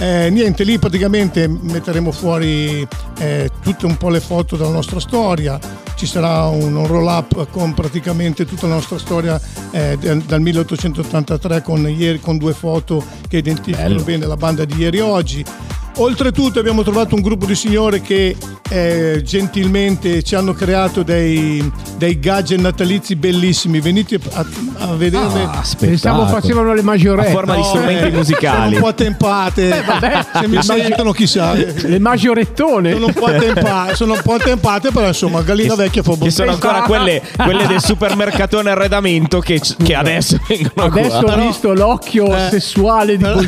Speaker 9: Eh, niente, lì praticamente metteremo fuori eh, tutte un po' le foto della nostra storia, ci sarà un roll up con praticamente tutta la nostra storia eh, del- dal 1883 con, ieri, con due foto che identificano
Speaker 5: Bello.
Speaker 9: bene la banda di ieri e oggi. Oltretutto abbiamo trovato un gruppo di signore che eh, gentilmente ci hanno creato dei, dei gadget natalizi bellissimi, venite a, a vederle.
Speaker 5: Ah,
Speaker 1: Pensavo
Speaker 5: spettacolo.
Speaker 1: facevano le maggiorette.
Speaker 5: A forma di
Speaker 9: No,
Speaker 5: strumenti
Speaker 9: eh,
Speaker 5: musicali.
Speaker 9: Sono un po' attempate.
Speaker 1: Eh,
Speaker 9: Se mi sentono, chissà.
Speaker 1: Le maggiorettone.
Speaker 9: Sono un po' attempate, sono un po' attempate, però insomma, Gallina Vecchia fa
Speaker 5: Che sono ancora quelle, quelle del supermercatone arredamento che, che adesso vengono
Speaker 1: Adesso
Speaker 5: qua.
Speaker 1: ho visto l'occhio
Speaker 9: Eh.
Speaker 1: sessuale di
Speaker 9: Però-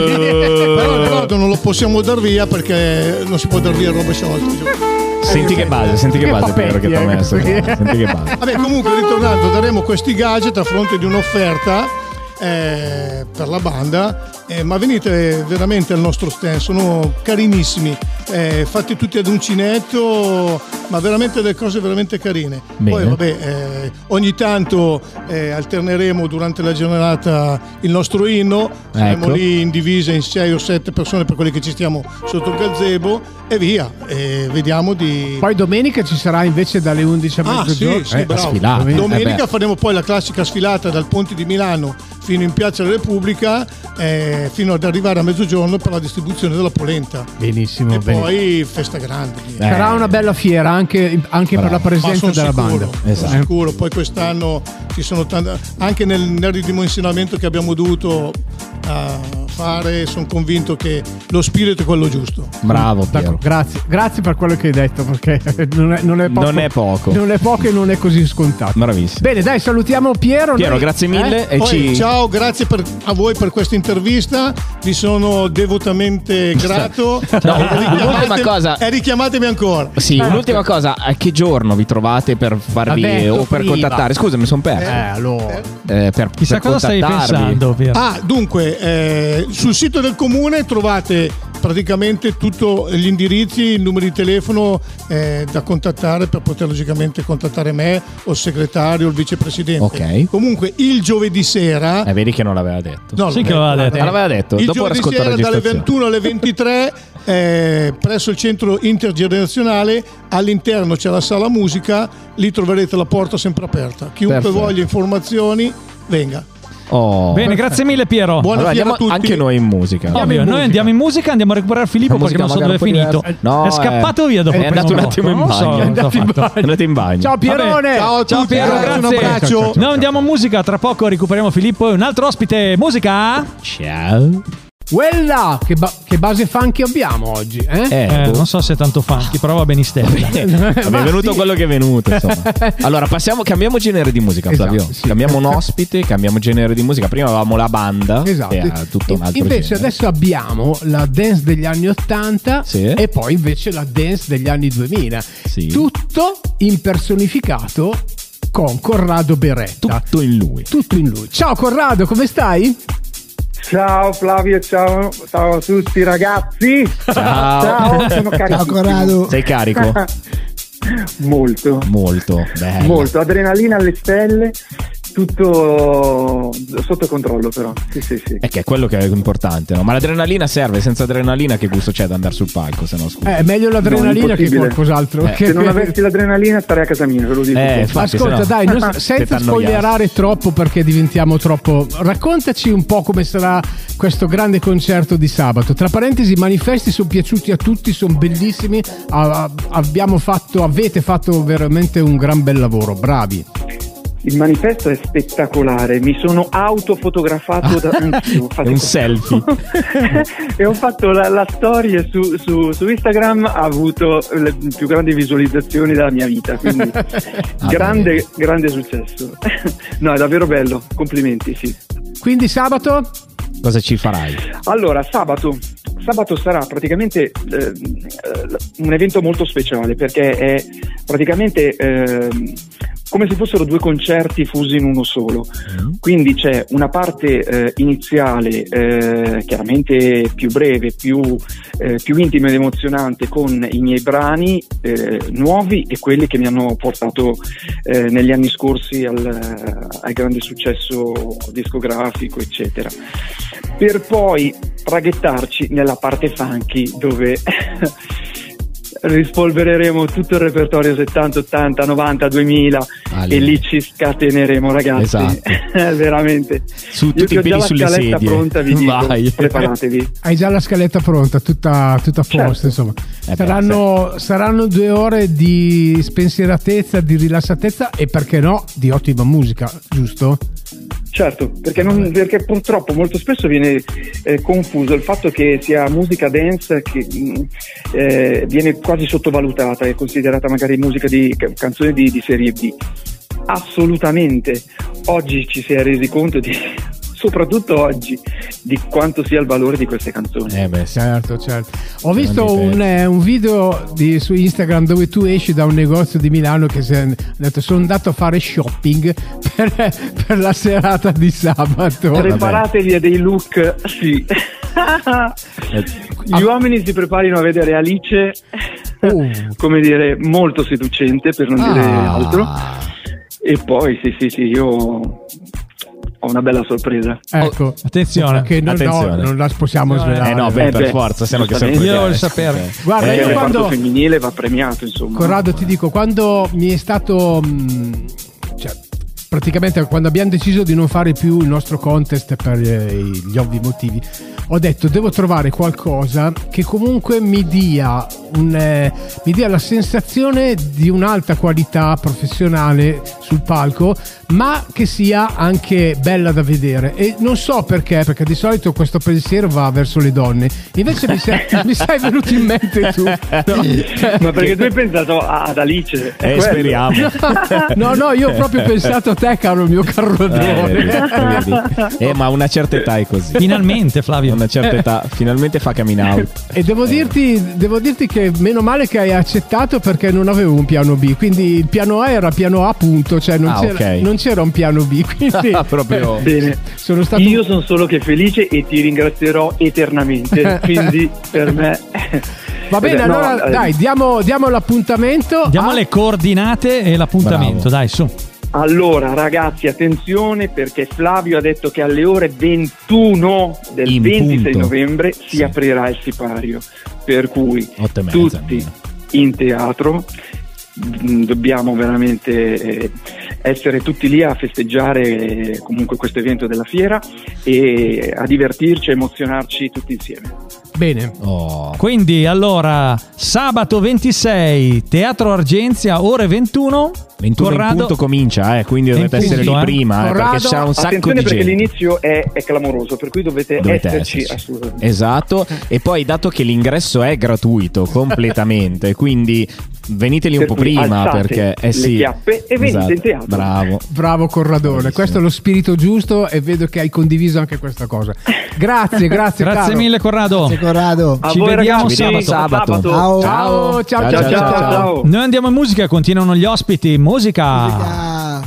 Speaker 9: Però il
Speaker 5: Eh,
Speaker 9: ricordo non lo possiamo dar via perché non si può dar via roba sciolte.
Speaker 5: Senti che base, senti che
Speaker 1: Eh, Che
Speaker 5: base Piero che ti ho
Speaker 1: papetti, eh,
Speaker 5: messo.
Speaker 1: questo
Speaker 5: guarda,
Speaker 1: qui.
Speaker 5: Senti che base.
Speaker 9: Vabbè, comunque, ritornando, daremo questi gadget a fronte di un'offerta. eh, per la banda eh, ma venite veramente al nostro stand sono carinissimi eh, fatti tutti ad uncinetto ma veramente delle cose veramente carine
Speaker 5: Bene.
Speaker 9: poi vabbè eh, ogni tanto eh, alterneremo durante la giornata il nostro inno saremo
Speaker 5: Ecco.
Speaker 9: lì in divisa in 6 o 7 persone per quelli che ci stiamo sotto il gazebo e via Eh, vediamo di
Speaker 1: Poi domenica ci sarà invece dalle 11 a
Speaker 9: Ah,
Speaker 1: mezzogiorno.
Speaker 9: sì, sì, bravo.
Speaker 5: sfilata.
Speaker 9: Domenica
Speaker 5: Eh beh.
Speaker 9: faremo poi la classica sfilata dal Ponte di Milano fino in Piazza della Repubblica eh, fino ad arrivare a mezzogiorno per la distribuzione della polenta.
Speaker 1: Benissimo,
Speaker 9: e
Speaker 1: bene.
Speaker 9: poi festa grande.
Speaker 5: Eh,
Speaker 1: Sarà una bella fiera anche, anche per
Speaker 5: Bravo.
Speaker 1: la
Speaker 9: Ma sono
Speaker 1: presenza della
Speaker 9: sicuro,
Speaker 1: banda. Esatto.
Speaker 9: sono sicuro. Poi quest'anno ci sono tante. Anche nel, nel ridimensionamento che abbiamo dovuto eh, fare, sono convinto che lo spirito è quello giusto.
Speaker 5: Bravo Piero.
Speaker 1: D'accordo, grazie, grazie per quello che hai detto perché non è, non è poco,
Speaker 5: Non è poco.
Speaker 1: non è poco e non è così scontato.
Speaker 5: Bravissimo.
Speaker 1: Bene, dai, salutiamo Piero.
Speaker 5: Piero,
Speaker 1: Noi-
Speaker 5: grazie mille
Speaker 1: eh?
Speaker 5: e
Speaker 9: Poi,
Speaker 5: ci
Speaker 9: Ciao, grazie per- a voi per questa intervista, vi sono devotamente grato. Richiamate-
Speaker 5: un'ultima cosa.
Speaker 9: E richiamatemi ancora.
Speaker 5: Sì,
Speaker 1: Certo.
Speaker 4: Certo.
Speaker 5: un'ultima cosa, a che giorno vi trovate per farvi
Speaker 1: L'ha detto
Speaker 5: o per
Speaker 1: Ah, prima.
Speaker 5: contattare? Scusa, mi sono
Speaker 1: Eh,
Speaker 5: perso.
Speaker 1: allora.
Speaker 5: Eh, per,
Speaker 4: Chissà
Speaker 5: per
Speaker 4: cosa stai
Speaker 5: contattarvi.
Speaker 4: pensando, Piero.
Speaker 9: Ah, dunque, eh, sul sito del comune trovate praticamente tutti gli indirizzi, il numero di telefono eh, da contattare per poter logicamente contattare me o il segretario o il vicepresidente.
Speaker 5: Ok.
Speaker 9: Comunque il giovedì sera...
Speaker 5: Eh, vedi che non l'aveva detto.
Speaker 9: No,
Speaker 4: Sì
Speaker 9: l'ho
Speaker 4: che
Speaker 9: detto.
Speaker 4: l'aveva detto.
Speaker 5: Ah, l'aveva detto.
Speaker 9: Il
Speaker 5: Dopo
Speaker 9: giovedì
Speaker 5: ascolta la
Speaker 9: sera dalle
Speaker 5: registrazione.
Speaker 9: 21 alle 23 eh, presso il centro intergenerazionale all'interno c'è la sala musica, lì troverete la porta sempre aperta. Chiunque
Speaker 5: Perfetto.
Speaker 9: voglia informazioni venga.
Speaker 5: Oh.
Speaker 4: Bene, grazie mille Piero.
Speaker 9: Buona
Speaker 5: Allora,
Speaker 9: fiera
Speaker 5: andiamo
Speaker 9: a tutti.
Speaker 5: anche noi in musica.
Speaker 4: Ovvio, noi andiamo in musica, andiamo a recuperare Filippo
Speaker 5: La
Speaker 4: perché
Speaker 5: musica
Speaker 4: non so dove
Speaker 5: magari
Speaker 4: è
Speaker 5: un po'
Speaker 4: finito.
Speaker 5: diversa. No,
Speaker 4: è scappato
Speaker 5: eh,
Speaker 4: via dopo.
Speaker 5: è andato un attimo in bagno. È
Speaker 4: andato in
Speaker 5: È andato in bagno.
Speaker 1: Ciao Pierone!
Speaker 9: Ciao a tutti,
Speaker 4: Ciao Piero,
Speaker 9: ragazzi,
Speaker 4: grazie.
Speaker 9: un abbraccio.
Speaker 4: Noi andiamo in musica, tra poco recuperiamo Filippo e un altro ospite. Musica?
Speaker 5: Ciao.
Speaker 1: Quella! Che, ba- che base funky abbiamo oggi, eh?
Speaker 5: Eh,
Speaker 4: Eh,
Speaker 5: boh.
Speaker 4: non so se è tanto funky, però va benissimo.
Speaker 5: Vabbè, è venuto
Speaker 1: sì.
Speaker 5: quello che è venuto. Insomma. allora, passiamo, cambiamo genere di musica,
Speaker 1: Esatto,
Speaker 5: Flavio.
Speaker 1: sì.
Speaker 5: Cambiamo un ospite, cambiamo genere di musica. Prima avevamo la banda,
Speaker 1: Esatto.
Speaker 5: che era tutto un altro
Speaker 1: invece
Speaker 5: genere.
Speaker 1: adesso abbiamo la dance degli anni 80
Speaker 5: Sì.
Speaker 1: e poi invece la dance degli anni 2000.
Speaker 5: Sì.
Speaker 1: Tutto impersonificato con Corrado Beretta.
Speaker 5: tutto in lui.
Speaker 1: Tutto in lui. Ciao Corrado, come stai?
Speaker 3: Ciao Flavio, ciao, ciao a tutti ragazzi.
Speaker 5: Ciao.
Speaker 3: Ciao, sono carico.
Speaker 7: Ciao Corrado.
Speaker 5: Sei carico?
Speaker 3: Molto,
Speaker 5: Molto, bello.
Speaker 3: molto. Adrenalina alle stelle, tutto sotto controllo però. Sì, sì, sì.
Speaker 5: E che è quello che è importante, no? Ma l'adrenalina serve, senza adrenalina che gusto c'è da andare sul palco, se no scusa.
Speaker 1: Eh, è meglio l'adrenalina che
Speaker 3: impossibile.
Speaker 1: qualcos'altro.
Speaker 5: Eh,
Speaker 1: che-
Speaker 3: Se non avessi l'adrenalina starei a casa mia, ve lo dico.
Speaker 5: Eh, fa- Infatti,
Speaker 1: Ascolta,
Speaker 5: se no- Ah,
Speaker 1: dai, non-
Speaker 5: se
Speaker 1: senza
Speaker 5: t'annoiassi.
Speaker 1: spoilerare troppo perché diventiamo troppo. Raccontaci un po' come sarà questo grande concerto di sabato. Tra parentesi, i manifesti sono piaciuti a tutti, sono bellissimi. a- abbiamo fatto, avete fatto veramente un gran bel lavoro, bravi.
Speaker 3: Il manifesto è spettacolare, mi sono autofotografato da anch'io.
Speaker 5: È un selfie.
Speaker 3: e ho fatto la, la storia su, su- su Instagram, ha avuto le più grandi visualizzazioni della mia vita. Quindi
Speaker 1: Ah,
Speaker 3: grande,
Speaker 5: bene.
Speaker 3: grande successo. no, è davvero bello, complimenti, sì.
Speaker 1: Quindi sabato
Speaker 5: Cosa ci farai?
Speaker 3: Allora, sabato. Sabato sarà praticamente eh, un evento molto speciale perché è praticamente ehm, come se fossero due concerti fusi in uno solo. Quindi c'è una parte eh, iniziale, eh, chiaramente più breve, più, eh, più intima ed emozionante, con i miei brani eh, nuovi e quelli che mi hanno portato eh, negli anni scorsi al, al grande successo discografico, eccetera. Per poi traghettarci nella parte funky dove. Rispolvereremo tutto il repertorio 70, 80, 90, 2000
Speaker 5: Ah,
Speaker 3: e lì ci scateneremo, ragazzi. Eh,
Speaker 5: Esatto.
Speaker 3: Veramente.
Speaker 5: Su
Speaker 3: Io
Speaker 5: tutti
Speaker 3: che
Speaker 5: i
Speaker 3: ho già
Speaker 5: piedi
Speaker 3: la
Speaker 5: sulle
Speaker 3: scaletta
Speaker 5: sedie.
Speaker 3: pronta, vi dico.
Speaker 5: Vai.
Speaker 3: Preparatevi.
Speaker 1: hai già la scaletta pronta, tutta, tutta a posto.
Speaker 3: Certo.
Speaker 1: Insomma,
Speaker 5: Eh beh, certo.
Speaker 1: saranno, saranno due ore di spensieratezza, di rilassatezza e perché no, di ottima musica, giusto?
Speaker 3: Certo, perché, non- perché purtroppo molto spesso viene eh, confuso il fatto che sia musica dance che mh, eh, viene quasi sottovalutata e considerata magari musica di ca- canzoni di, di serie B. Assolutamente, oggi ci si è resi conto di, soprattutto oggi, di quanto sia il valore di queste canzoni.
Speaker 5: Eh beh, sì.
Speaker 1: Certo, certo. Ho
Speaker 5: Grandi
Speaker 1: visto
Speaker 5: pezzi.
Speaker 1: un, eh, un video di- su Instagram dove tu esci da un negozio di Milano che si è ha detto sono andato a fare shopping per, per la serata di sabato.
Speaker 3: Preparatevi a dei look, sì.
Speaker 1: Eh,
Speaker 3: Gli uomini si preparino a vedere Alice,
Speaker 1: Oh.
Speaker 3: come dire, molto seducente per non dire
Speaker 1: Ah.
Speaker 3: altro. E poi, sì, sì, sì, io ho una bella sorpresa.
Speaker 1: Ecco,
Speaker 4: Oh, attenzione,
Speaker 1: Che non,
Speaker 5: attenzione.
Speaker 1: no, non la possiamo svelare.
Speaker 5: Eh no, beh,
Speaker 3: Eh,
Speaker 5: per
Speaker 3: beh,
Speaker 5: forza, se no che
Speaker 3: giustamente.
Speaker 5: sorpresa.
Speaker 4: Io voglio
Speaker 5: Eh,
Speaker 4: sapere.
Speaker 5: ok.
Speaker 1: Guarda,
Speaker 3: Perché
Speaker 1: io
Speaker 3: il reparto
Speaker 1: quando,
Speaker 3: femminile va premiato, insomma.
Speaker 1: Corrado, ti dico, quando mi è stato. mh, cioè, praticamente quando abbiamo deciso di non fare più il nostro contest per eh, gli ovvi motivi, ho detto devo trovare qualcosa che comunque mi dia, un, eh, mi dia la sensazione di un'alta qualità professionale sul palco, ma che sia anche bella da vedere. E non so perché, perché di solito questo pensiero va verso le donne. Invece mi sei, mi sei venuto in mente tu. cioè,
Speaker 3: Ma perché tu hai pensato a- ad Alice? È
Speaker 5: Eh,
Speaker 3: quello.
Speaker 5: speriamo.
Speaker 1: No, no, io ho proprio pensato a te, caro mio
Speaker 5: Eh,
Speaker 1: carrodone.
Speaker 5: vedi, vedi. Eh, ma una certa età è così.
Speaker 4: Finalmente, Flavio.
Speaker 5: Una certa età, finalmente fa coming out.
Speaker 1: E devo dirti, devo dirti che meno male che hai accettato perché non avevo un piano B, quindi il piano A era piano A punto, cioè non,
Speaker 5: Ah,
Speaker 1: c'era,
Speaker 5: ok. Ah,
Speaker 1: non non c'era un piano B, quindi
Speaker 5: proprio.
Speaker 3: Bene.
Speaker 1: sono stato
Speaker 3: Io sono solo che felice e ti ringrazierò eternamente. Quindi per me.
Speaker 1: Va bene,
Speaker 3: No,
Speaker 1: allora
Speaker 3: eh,
Speaker 1: dai, diamo, diamo l'appuntamento.
Speaker 4: Diamo
Speaker 1: a-
Speaker 4: le coordinate e l'appuntamento,
Speaker 5: Bravo.
Speaker 4: dai, su.
Speaker 3: Allora, ragazzi, attenzione perché Flavio ha detto che alle ore 21 del
Speaker 5: In
Speaker 3: 26
Speaker 5: punto.
Speaker 3: novembre si
Speaker 5: Sì.
Speaker 3: aprirà il sipario. Per cui
Speaker 5: Otto e mezza,
Speaker 3: tutti
Speaker 5: almeno.
Speaker 3: in teatro mh, dobbiamo veramente eh, essere tutti lì a festeggiare eh, comunque questo evento della fiera e a divertirci, a emozionarci tutti insieme.
Speaker 1: Bene.
Speaker 5: Oh.
Speaker 4: Quindi allora, sabato 26, Teatro Argenzia, ore 21.
Speaker 5: 21 in
Speaker 4: Corrado,
Speaker 5: punto comincia, eh, quindi
Speaker 4: In
Speaker 5: dovete essere
Speaker 4: punto,
Speaker 5: lì
Speaker 4: eh.
Speaker 5: prima, eh,
Speaker 1: Corrado,
Speaker 5: perché ci sarà un sacco
Speaker 3: Attenzione
Speaker 5: di
Speaker 3: perché
Speaker 5: gente.
Speaker 3: l'inizio è, è clamoroso, per cui dovete,
Speaker 5: Dovete
Speaker 3: esserci,
Speaker 5: esserci.
Speaker 3: Eh, assolutamente.
Speaker 5: Esatto, e poi dato che l'ingresso è gratuito completamente, quindi veniteli un
Speaker 3: Per
Speaker 5: po'
Speaker 3: cui
Speaker 5: prima
Speaker 3: alzate
Speaker 5: perché eh
Speaker 3: le
Speaker 5: sì, Esatto.
Speaker 3: chiappe e venite in teatro.
Speaker 5: Bravo.
Speaker 1: Bravo Corradone,
Speaker 5: Bravissimo.
Speaker 1: questo è lo spirito giusto e vedo che hai condiviso anche questa cosa. Grazie, grazie.
Speaker 4: Grazie
Speaker 1: caro.
Speaker 4: mille Corrado.
Speaker 7: Grazie Corrado.
Speaker 3: A
Speaker 4: Ci
Speaker 3: voi
Speaker 4: vediamo
Speaker 3: ragazzi,
Speaker 4: sabato.
Speaker 5: Sabato.
Speaker 7: Ciao.
Speaker 1: Ciao, ciao,
Speaker 3: Ciao, ciao, ciao.
Speaker 5: ciao.
Speaker 3: ciao.
Speaker 4: Noi andiamo in musica, continuano gli ospiti. Musica.
Speaker 7: Ah.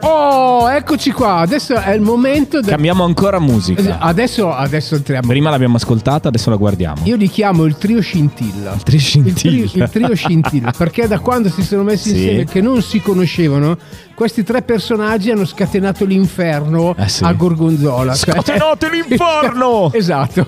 Speaker 1: Oh, eccoci qua. Adesso è il momento. del-
Speaker 5: Cambiamo ancora
Speaker 1: Eh,
Speaker 5: musica.
Speaker 1: Adesso, adesso entriamo.
Speaker 5: Prima l'abbiamo ascoltata, adesso la guardiamo.
Speaker 1: Io li chiamo il trio scintilla.
Speaker 5: Triscintilla.
Speaker 1: Il trio, il trio scintilla, perché da quando si sono messi
Speaker 5: Sì.
Speaker 1: insieme che non si conoscevano, questi tre personaggi hanno scatenato l'inferno
Speaker 5: Eh sì.
Speaker 1: a Gorgonzola. Cioè-
Speaker 5: Scatenate l'inferno!
Speaker 1: Esatto.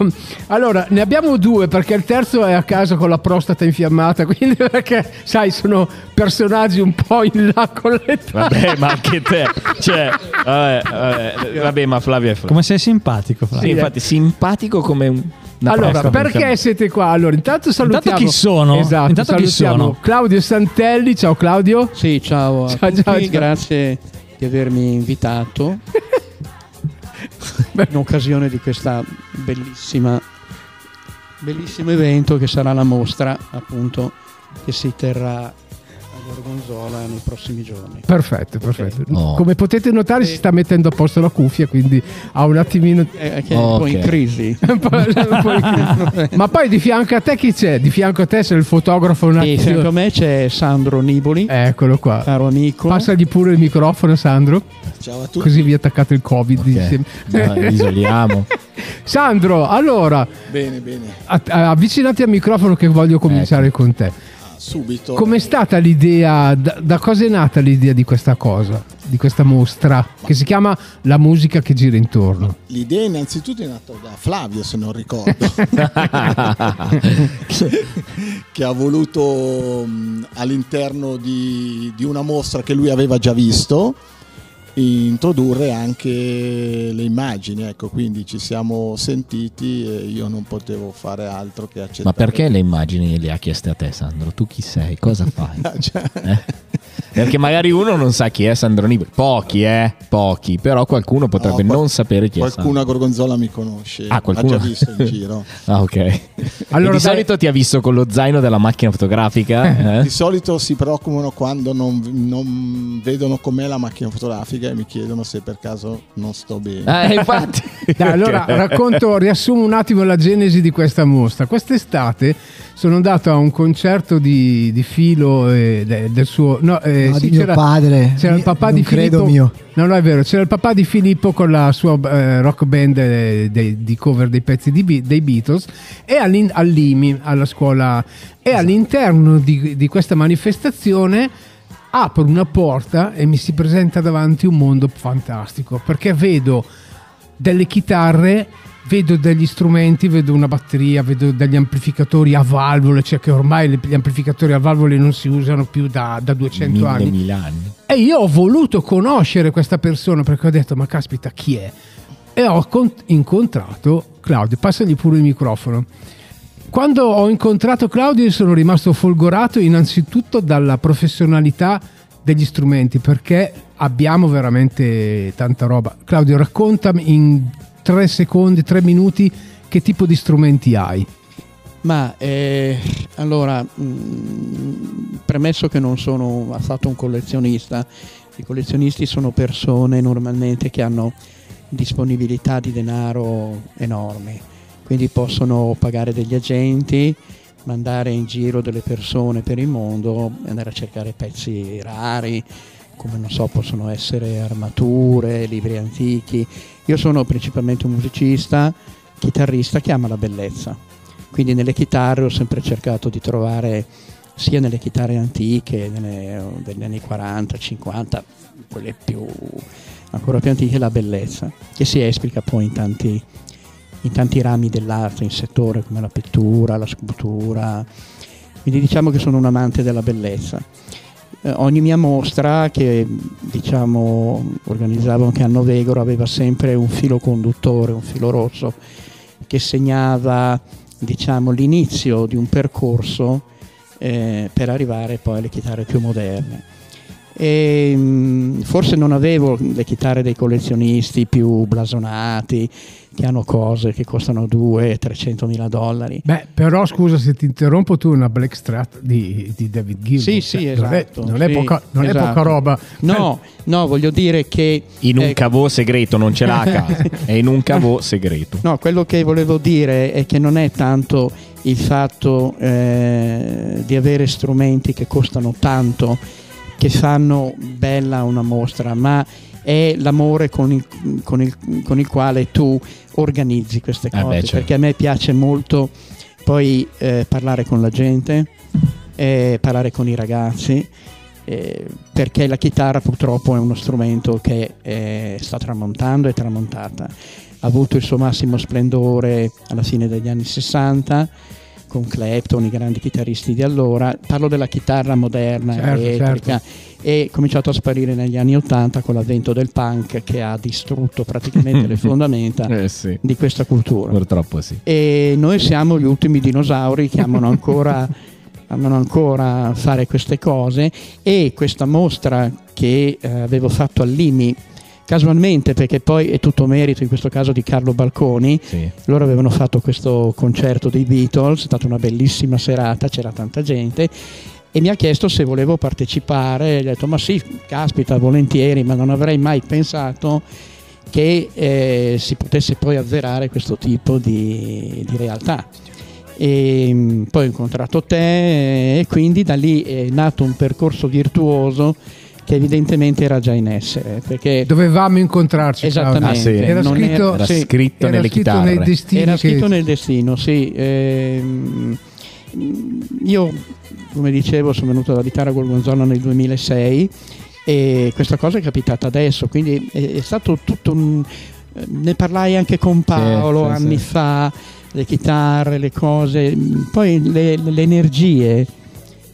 Speaker 1: Allora, ne abbiamo due perché il terzo è a casa con la prostata infiammata, quindi perché sai, sono personaggi un po' in là con l'età.
Speaker 5: Vabbè, ma anche te. Cioè, vabbè, vabbè, vabbè, ma Flavia è Flavia.
Speaker 4: Come sei simpatico, Flavio.
Speaker 5: Sì, infatti,
Speaker 10: eh.
Speaker 5: simpatico come un. una
Speaker 1: Allora,
Speaker 5: prostata.
Speaker 1: perché siete qua? Allora, intanto salutiamo
Speaker 4: chi sono?
Speaker 1: Esatto,
Speaker 4: Intanto chi
Speaker 1: salutiamo
Speaker 4: sono?
Speaker 1: Claudio Santelli. Ciao Claudio.
Speaker 10: Sì, ciao a
Speaker 1: Ciao,
Speaker 10: tutti,
Speaker 1: ciao, ciao.
Speaker 10: grazie di avermi invitato in occasione di questa bellissima bellissimo evento che sarà la mostra, appunto, che si terrà a Gorgonzola nei prossimi giorni.
Speaker 1: Perfetto, perfetto.
Speaker 5: Oh.
Speaker 1: Come potete notare si sta mettendo a posto la cuffia, quindi ha un attimino...
Speaker 10: È, che è Eh, un po' in
Speaker 5: Ok.
Speaker 10: crisi.
Speaker 1: un po'- un po' di- Ma poi di fianco a te chi c'è? Di fianco a te c'è il fotografo un
Speaker 10: E
Speaker 1: attimo-
Speaker 10: fianco a me c'è Sandro Niboli,
Speaker 1: Eccolo qua.
Speaker 10: caro amico.
Speaker 1: Passagli pure il microfono, Sandro.
Speaker 6: Ciao a tutti.
Speaker 1: Così vi attaccate il Covid.
Speaker 5: Ok.
Speaker 1: insieme.
Speaker 5: Dai, isoliamo.
Speaker 1: Sandro, allora,
Speaker 6: Bene, bene.
Speaker 1: att- avvicinati al microfono che voglio cominciare
Speaker 10: Ecco.
Speaker 1: con te.
Speaker 6: Ah, subito.
Speaker 1: Com'è stata l'idea, da, da cosa è nata l'idea di questa cosa, di questa mostra che si chiama La musica che gira intorno?
Speaker 6: L'idea innanzitutto è nata da Flavio, se non ricordo, che ha voluto mh, all'interno di, di una mostra che lui aveva già visto introdurre anche le immagini, ecco, quindi ci siamo sentiti e io non potevo fare altro che accettare.
Speaker 5: Ma perché le immagini le ha chieste a te, Sandro? Tu chi sei? Cosa fai?
Speaker 6: Ah,
Speaker 5: Eh? Perché magari uno non sa chi è Sandro Niboli. Pochi, eh? Pochi. Però qualcuno potrebbe
Speaker 6: No, qual-
Speaker 5: non sapere chi
Speaker 6: Qualcuno
Speaker 5: è
Speaker 6: a Gorgonzola mi conosce,
Speaker 5: Ah, qualcuno?
Speaker 6: ha già visto in giro.
Speaker 5: Sandro. Ah, ok.
Speaker 1: Allora,
Speaker 5: Allora, di
Speaker 1: dai-
Speaker 5: solito ti ha visto con lo zaino della macchina fotografica.
Speaker 6: Di
Speaker 5: eh?
Speaker 6: solito si preoccupano quando non, non vedono com'è la macchina fotografica e mi chiedono se per caso non sto bene.
Speaker 5: Eh, infatti.
Speaker 1: Dai, allora racconto, riassumo un attimo la genesi di questa mostra. Quest'estate sono andato a un concerto di, di Filo e de- del suo... No, eh,
Speaker 7: No,
Speaker 1: sì,
Speaker 7: di mio
Speaker 1: c'era-
Speaker 7: padre.
Speaker 1: C'era il
Speaker 7: Io-
Speaker 1: papà
Speaker 7: non
Speaker 1: di
Speaker 7: credo
Speaker 1: Filippo.
Speaker 7: mio.
Speaker 1: No, no, è vero. C'era il papà di Filippo con la sua eh, rock band eh, dei- di cover dei pezzi di Be- dei Beatles e all'in- all'IMI, alla scuola. E
Speaker 7: Esatto.
Speaker 1: all'interno di, di questa manifestazione apro una porta e mi si presenta davanti un mondo fantastico perché vedo delle chitarre. Vedo degli strumenti, vedo una batteria, vedo degli amplificatori a valvole, cioè che ormai le- gli amplificatori a valvole non si usano più da, da 200
Speaker 5: Mille,
Speaker 1: anni.
Speaker 5: mille anni.
Speaker 1: E io ho voluto conoscere questa persona perché ho detto, ma caspita, chi è? E ho con- incontrato Claudio, passagli pure il microfono. Quando ho incontrato Claudio io sono rimasto folgorato innanzitutto dalla professionalità degli strumenti perché abbiamo veramente tanta roba. Claudio, raccontami in tre secondi, tre minuti che tipo di strumenti hai.
Speaker 10: Ma eh, allora, mh, premesso che non sono affatto un collezionista, i collezionisti sono persone normalmente che hanno disponibilità di denaro enormi, quindi possono pagare degli agenti, mandare in giro delle persone per il mondo, andare a cercare pezzi rari, come non so, possono essere armature, libri antichi. Io sono principalmente un musicista, chitarrista che ama la bellezza. Quindi nelle chitarre ho sempre cercato di trovare sia nelle chitarre antiche, nelle- degli anni 40, 50, quelle più ancora più antiche, la bellezza, che si esplica poi in tanti, in tanti rami dell'arte, in settori come la pittura, la scultura. Quindi diciamo che sono un amante della bellezza. Eh, ogni mia mostra, che diciamo organizzavo anche a Novegoro, aveva sempre un filo conduttore, un filo rosso, che segnava diciamo, l'inizio di un percorso eh, per arrivare poi alle chitarre più moderne e mh, forse non avevo le chitarre dei collezionisti più blasonati che hanno cose che costano 200-300 mila dollari
Speaker 1: Beh, però scusa se ti interrompo, tu una black strat di, di David Gilmour.
Speaker 10: sì sì
Speaker 1: Cioè, non è-
Speaker 10: esatto
Speaker 1: Non è,
Speaker 10: sì,
Speaker 1: poca, non è
Speaker 10: esatto.
Speaker 1: poca roba.
Speaker 10: no no voglio dire che
Speaker 5: In un
Speaker 10: eh,
Speaker 5: cavò segreto, non ce l'ha a casa. È in un cavò segreto.
Speaker 10: No, quello che volevo dire è che non è tanto il fatto eh, di avere strumenti che costano tanto, che fanno bella una mostra, ma è l'amore con il, con il- con il quale tu organizzi queste
Speaker 5: Eh
Speaker 10: cose.
Speaker 5: beh, certo.
Speaker 10: Perché a me piace molto poi eh, parlare con la gente, eh, parlare con i ragazzi. eh, perché la chitarra purtroppo è uno strumento che eh, sta tramontando e tramontata ha avuto il suo massimo splendore alla fine degli anni 60 con Clapton, i grandi chitarristi di allora. Parlo della chitarra moderna,
Speaker 1: Certo,
Speaker 10: elettrica, e è cominciato a sparire negli anni 80 con l'avvento del punk che ha distrutto praticamente le fondamenta
Speaker 5: Eh sì.
Speaker 10: di questa cultura.
Speaker 5: Purtroppo sì.
Speaker 10: E noi siamo gli ultimi dinosauri che amano ancora, amano ancora fare queste cose e questa mostra che eh, avevo fatto al Limi casualmente perché poi è tutto merito in questo caso di Carlo Balconi loro avevano fatto questo concerto dei Beatles è stata una bellissima serata c'era tanta gente e mi ha chiesto se volevo partecipare gli ho detto ma sì caspita volentieri ma non avrei mai pensato che eh, si potesse poi avverare questo tipo di, di realtà. E, mh, poi ho incontrato te eh, e quindi da lì è nato un percorso virtuoso che evidentemente era già in essere. Perché
Speaker 1: Dovevamo incontrarci.
Speaker 10: Esattamente.
Speaker 1: Claudio. Ah, Era
Speaker 10: non
Speaker 1: scritto,
Speaker 10: era- sì.
Speaker 1: era scritto nei destini
Speaker 10: Era
Speaker 1: che-
Speaker 10: scritto nel destino, sì. Ehm, io, come dicevo, sono venuto ad abitare a Gorgonzola nel 2006 e questa cosa è capitata adesso, quindi è, è stato tutto un... eh, Ne parlai anche con Paolo
Speaker 5: sì,
Speaker 10: anni
Speaker 5: sì.
Speaker 10: fa, le chitarre, le cose, poi le- le energie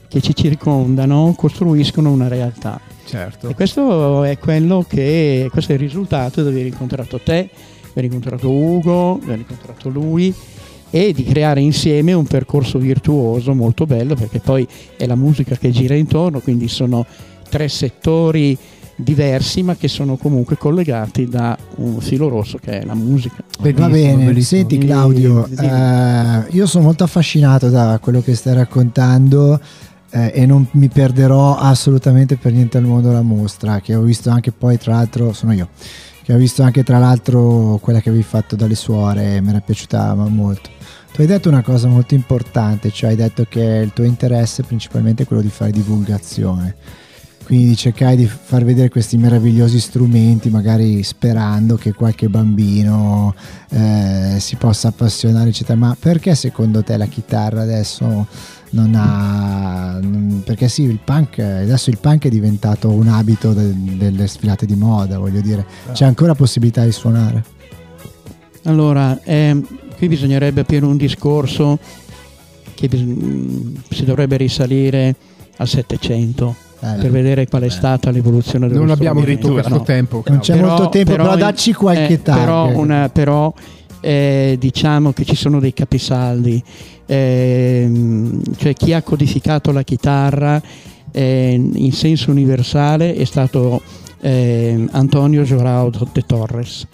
Speaker 10: che ci circondano costruiscono una realtà.
Speaker 1: Certo.
Speaker 10: E questo è quello che questo è il risultato di aver incontrato te, di aver incontrato Ugo, di aver incontrato lui e di creare insieme un percorso virtuoso molto bello perché poi è la musica che gira intorno, quindi sono tre settori diversi ma che sono comunque collegati da un filo rosso che è la musica.
Speaker 7: Va bene, senti Claudio, eh, io sono molto affascinato da quello che stai raccontando eh, e non mi perderò assolutamente per niente al mondo la mostra, che ho visto anche poi tra l'altro, sono io, che ho visto anche tra l'altro quella che avevi fatto dalle suore, mi era piaciuta ma molto. Tu hai detto una cosa molto importante, cioè hai detto che il tuo interesse principalmente è quello di fare divulgazione. Quindi di cercare di far vedere questi meravigliosi strumenti, magari sperando che qualche bambino eh, si possa appassionare, eccetera. Ma perché secondo te la chitarra adesso non ha. non- perché sì, il punk, adesso il punk è diventato un abito de- delle sfilate di moda, voglio dire.
Speaker 10: Ah.
Speaker 7: C'è ancora possibilità di suonare.
Speaker 10: Allora, ehm, qui bisognerebbe aprire un discorso che bis- mm, si dovrebbe risalire al 700 per vedere qual è stata l'evoluzione dello
Speaker 1: Non abbiamo
Speaker 10: strumento.
Speaker 1: tutto questo tempo, Non
Speaker 10: Claudio.
Speaker 1: c'è molto tempo, però dacci qualche target.
Speaker 10: eh, Però, una- però, eh, diciamo che ci sono dei capisaldi, ehm, cioè chi ha codificato la chitarra eh, in senso universale è stato ehm, Antonio Joao de Torres.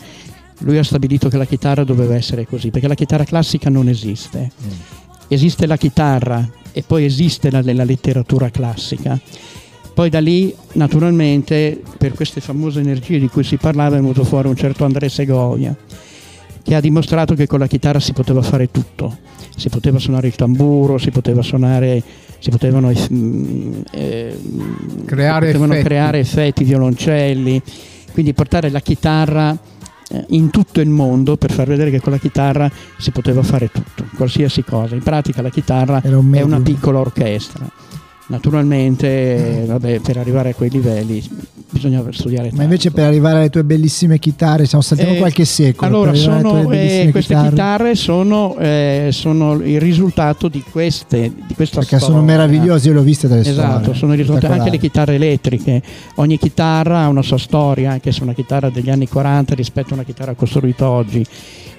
Speaker 10: Lui ha stabilito che la chitarra doveva essere così, perché la chitarra classica non esiste.
Speaker 1: Mm.
Speaker 10: Esiste la chitarra e poi esiste la, la letteratura classica. Poi da lì, naturalmente, per queste famose energie di cui si parlava, è venuto fuori un certo André Segovia, che ha dimostrato che con la chitarra si poteva fare tutto. Si poteva suonare il tamburo, si poteva suonare, si potevano eff- mm, eh, mm,
Speaker 1: Creare
Speaker 10: si potevano
Speaker 1: effetti.
Speaker 10: creare effetti, violoncelli. Quindi portare la chitarra eh, in tutto il mondo per far vedere che con la chitarra si poteva fare tutto, qualsiasi cosa. In pratica la chitarra è una piccola orchestra. Naturalmente, eh, vabbè, per arrivare a quei livelli bisogna studiare
Speaker 7: Ma invece per arrivare alle tue bellissime chitarre, siamo saltiamo
Speaker 10: Certo. eh,
Speaker 7: qualche secolo.
Speaker 10: Allora,
Speaker 7: per arrivare alle
Speaker 10: sono,
Speaker 7: tue bellissime
Speaker 10: eh, queste chitarre, sono, eh, sono il risultato di, queste, di questa
Speaker 7: Perché
Speaker 10: storia.
Speaker 7: sono meravigliose, io le ho viste dalle
Speaker 10: Esatto,
Speaker 7: storie.
Speaker 10: sono il risultato anche le
Speaker 7: Spettacolari.
Speaker 10: chitarre elettriche. Ogni chitarra ha una sua storia, anche se è una chitarra degli anni 40 rispetto a una chitarra costruita oggi.